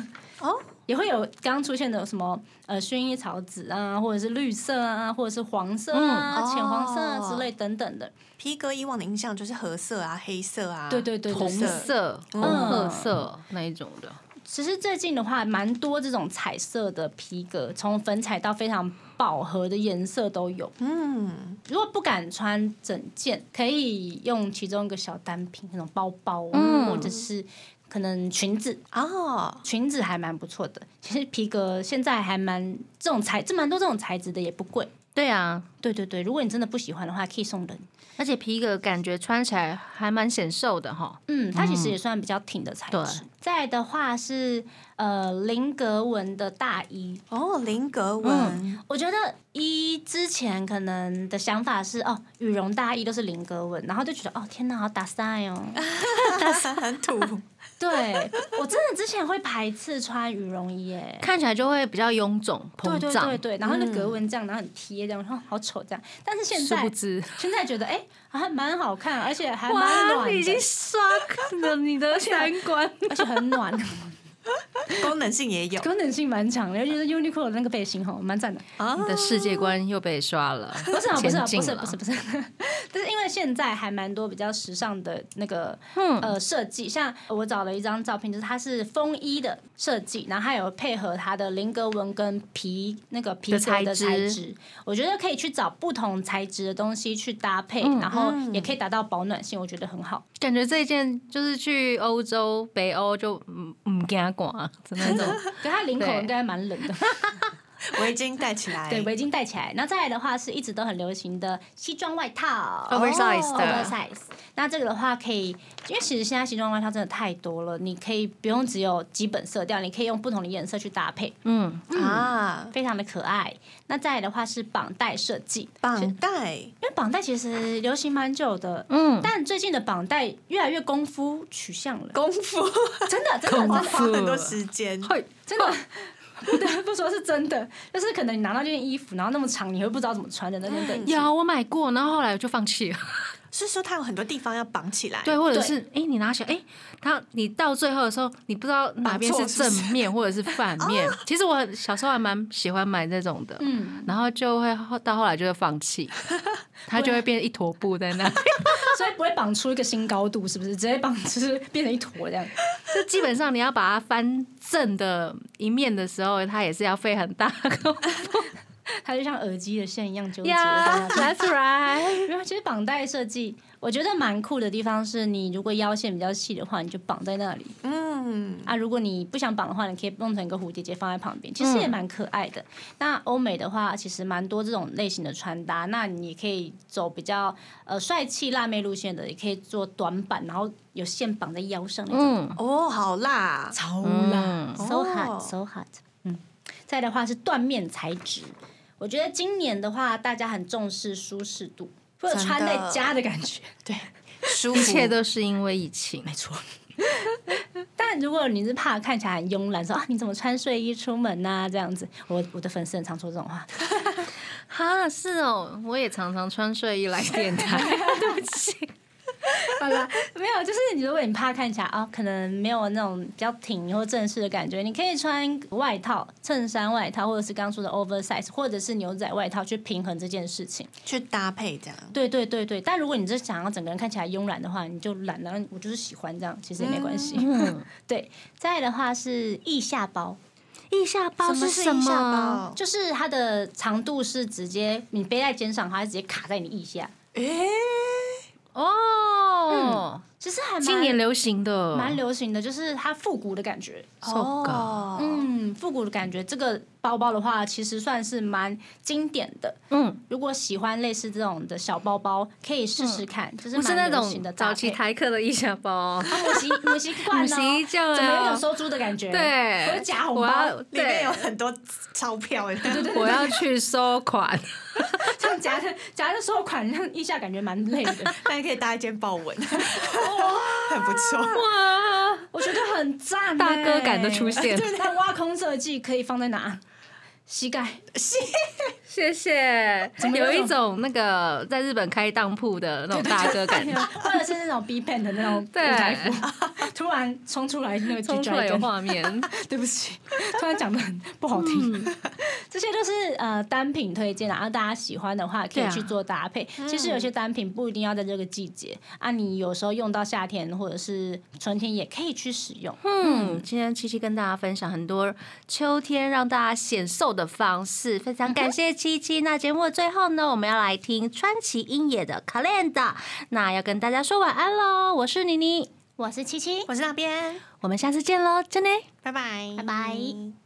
Speaker 3: 哦，
Speaker 4: 也会有刚刚出现的什么呃薰衣草紫啊，或者是绿色啊，或者是黄色啊、
Speaker 3: 嗯哦
Speaker 4: 浅黄色啊之类等等的。
Speaker 3: 皮革以往的印象就是褐色啊、黑色啊，
Speaker 4: 对对对对
Speaker 2: 嗯红
Speaker 4: 对。
Speaker 2: 色、红
Speaker 4: 嗯
Speaker 2: 褐色那一种的，
Speaker 4: 其实最近的话，蛮多这种彩色的皮革，从粉彩到非常饱和的颜色都有。
Speaker 3: 嗯，
Speaker 4: 如果不敢穿整件，可以用其中一个小单品，那种包包，啊
Speaker 2: 嗯
Speaker 4: 或者是可能裙子，
Speaker 3: 哦，
Speaker 4: 裙子还蛮不错的。其实皮革现在还蛮这种材，这蛮多这种材质的，也不贵。
Speaker 2: 对啊，
Speaker 4: 对对对，如果你真的不喜欢的话，可以送人。
Speaker 2: 而且皮革感觉穿起来还蛮显瘦的哈。
Speaker 4: 嗯，它其实也算比较挺的材质。
Speaker 2: 对
Speaker 4: 再来的话是呃菱格纹的大衣，
Speaker 3: 哦，菱格纹，
Speaker 4: 我觉得一之前可能的想法是哦，羽绒大衣都是菱格纹，然后就觉得哦天哪，好打晒 哦。
Speaker 3: 很土，
Speaker 4: 对我真的之前会排斥穿羽绒衣耶。
Speaker 2: 看起来就会比较臃肿、
Speaker 4: 对
Speaker 2: 膨
Speaker 4: 对
Speaker 2: 胀，
Speaker 4: 对对，然后那格纹这样，然后很贴这样，然后好丑这样。但是现
Speaker 2: 殊
Speaker 4: 在
Speaker 2: 不知，
Speaker 4: 现在觉得哎、还蛮好看，而且还蛮暖的，啊
Speaker 2: 你已经刷了你 的三观。
Speaker 4: 而且很暖，
Speaker 3: 功能性也有
Speaker 4: 功能性蛮强的，尤其是 Uniqlo 的那个背心吼，蛮赞的。
Speaker 3: 啊
Speaker 2: 你，的世界观又被刷了，
Speaker 4: 不是啊，不是啊，
Speaker 2: 前进
Speaker 4: 不是
Speaker 2: 了
Speaker 4: 不是 不是，但是因为现在还蛮多比较时尚的那个、
Speaker 2: 嗯
Speaker 4: 呃设计，像我找了一张照片，就是它是风衣的设计，然后它有配合它的菱格纹跟皮那个皮革
Speaker 2: 的材
Speaker 4: 的
Speaker 2: 质
Speaker 4: 材质，我觉得可以去找不同材质的东西去搭配，
Speaker 2: 嗯
Speaker 4: 然后也可以达到保暖性，我觉得 很好。
Speaker 2: 感觉这一件就是去欧洲、北欧就唔唔惊寒，真的那 种
Speaker 4: 可它领口
Speaker 2: 对
Speaker 4: 应该蛮冷的，
Speaker 3: 围巾戴起来，
Speaker 4: 对，围巾戴起来。然后再来的话是一直都很流行的西装外套
Speaker 2: oversize 的
Speaker 4: oversize。那这个的话可以，因为其实现在西装外套真的太多了，你可以不用只有基本色调，你可以用不同的颜色去搭配，
Speaker 2: 嗯，
Speaker 3: 啊，
Speaker 4: 非常的可爱。那再来的话是绑带设计，
Speaker 3: 绑带，
Speaker 4: 因为绑带其实流行蛮久的，
Speaker 2: 嗯
Speaker 4: 但最近的绑带越来越功夫取向了，
Speaker 3: 功夫，
Speaker 4: 真的真的真的
Speaker 3: 花 很多时间，
Speaker 4: 真的。 不得不说是真的，就是可能你拿到这件衣服，然后那么长，你会不知道怎么穿的那种等级。
Speaker 2: 有我买过，然后后来我就放弃了。
Speaker 3: 是说它有很多地方要绑起来，
Speaker 2: 对，或者是哎、诶你拿起来，哎、它你到最后的时候，你不知道哪边是哦正面或者是 反面。其实我小时候还蛮喜欢买这种的，
Speaker 4: 嗯，
Speaker 2: 然后就会后到后来就会放 弃，它就会变一坨布在那里。
Speaker 4: 所以不会绑出一个新高度，是不是？直接绑就是变成一坨这样。
Speaker 2: 就基本上你要把它翻正的一面的时候，它也是要费很大的功夫。
Speaker 4: 它就像耳机的线一样纠结。啊
Speaker 2: Yeah,
Speaker 4: 这 样
Speaker 2: that's right。
Speaker 4: 没有，其实绑带设计，我觉得蛮酷的地方是，你如果腰线比较细的话，你就绑在那里
Speaker 3: 嗯，
Speaker 4: 啊；如果你不想绑的话，你可以弄成一个蝴蝶结放在旁边，其实也蛮可爱的。那欧美的话，其实蛮多这种类型的穿搭，那你也可以走比较呃帅气辣妹路线的，也可以做短版，然后有线绑在腰上那种。
Speaker 2: 嗯，
Speaker 3: 哦，好辣，
Speaker 4: 超
Speaker 2: 辣
Speaker 4: so
Speaker 3: 哦
Speaker 4: hot so hot。嗯，再来的话是缎面材质，我觉得今年的话，大家很重视舒适度，或者
Speaker 3: 真的
Speaker 4: 穿在家的感觉。
Speaker 3: 对，舒服，
Speaker 2: 一切都是因为疫情。没错，
Speaker 4: 但如果你是怕看起来很慵懒，说啊你怎么穿睡衣出门呐、这样子，我我的粉丝很常说这种 话。
Speaker 2: 哈，是哦，我也常常穿睡衣来电 台。对不起。
Speaker 4: 好啦，没有，就是你如果你怕看起来啊、可能没有那种比较挺或正式的感觉，你可以穿外套、衬衫外套，或者是刚说的 oversize，或者是牛仔外套去平衡这件事情。
Speaker 3: 去搭配这样，
Speaker 4: 对对对对，但如果你是想要整个人看起来慵懒的话，你就懒，然后我就是喜欢这样，其实也没关系。
Speaker 2: 嗯，
Speaker 4: 对，再来的话是腋下包，
Speaker 2: 腋下包
Speaker 3: 么
Speaker 2: 什
Speaker 3: 是腋下
Speaker 2: 么？
Speaker 3: 包？
Speaker 4: 就是它的长度是直接你背在肩上，它直接卡在你腋下。
Speaker 3: 诶，
Speaker 2: 哦，
Speaker 4: 其实还蛮
Speaker 2: 今年流行的，
Speaker 4: 蛮流行的，就是它复古的感觉。
Speaker 2: So good
Speaker 3: 哦，
Speaker 4: 嗯，复古的感觉，这个包包的话，其实算是蛮经典的。
Speaker 2: 嗯，
Speaker 4: 如果喜欢类似这种的小包包，可以试试看，就是
Speaker 2: 不是那
Speaker 4: 蛮流行的
Speaker 2: 种
Speaker 4: 搭
Speaker 2: 早
Speaker 4: 配
Speaker 2: 期台客的腋下包，
Speaker 4: 啊母习母习惯
Speaker 2: 五
Speaker 4: 哦，
Speaker 2: 十一叫
Speaker 4: 怎么有一种
Speaker 2: 啊，
Speaker 4: 收租的感觉？
Speaker 2: 对，
Speaker 4: 我是夹红
Speaker 2: 我
Speaker 4: 包
Speaker 2: 要
Speaker 3: 里面
Speaker 2: 对
Speaker 3: 有，很多钞票，对对
Speaker 2: 我要去收款，
Speaker 4: 像夹着夹着收款，让一下感觉蛮累 的。
Speaker 3: 大家可以搭一件豹纹， 很不错。
Speaker 4: 哇，我觉得很赞欸，
Speaker 2: 啊大哥感的出 现
Speaker 4: 那挖空设计可以放在哪？膝盖，
Speaker 2: 谢谢，
Speaker 4: 么有
Speaker 2: 有
Speaker 4: 一
Speaker 2: 一种那个在日本开当铺的那种大哥感，
Speaker 4: 或者是那种 B band 的那种舞
Speaker 2: 对
Speaker 4: 台服， 突然冲出来那个
Speaker 2: 冲
Speaker 4: G
Speaker 2: 出来有
Speaker 4: Dragon
Speaker 2: 画面。
Speaker 4: 对不起， 突然讲的很不好听。
Speaker 2: 嗯
Speaker 4: 这些都是呃单品推荐啦，然后大家喜欢的话可
Speaker 2: 对啊
Speaker 4: 以去做搭配。其实有些单品不一定要在这个季节啊，你有时候用到夏天或者是春天也可以去使用。
Speaker 2: 嗯，今天七七跟大家分享很多秋天让大家显瘦的方式，非常感谢七七。那节目的最后呢，我们要来听川崎英野的《Calendar》，那要跟大家说晚安喽。我是妮妮，
Speaker 4: 我是七七，
Speaker 3: 我是那边，
Speaker 2: 我们下次见喽，真的。
Speaker 3: 拜拜，
Speaker 4: 拜拜。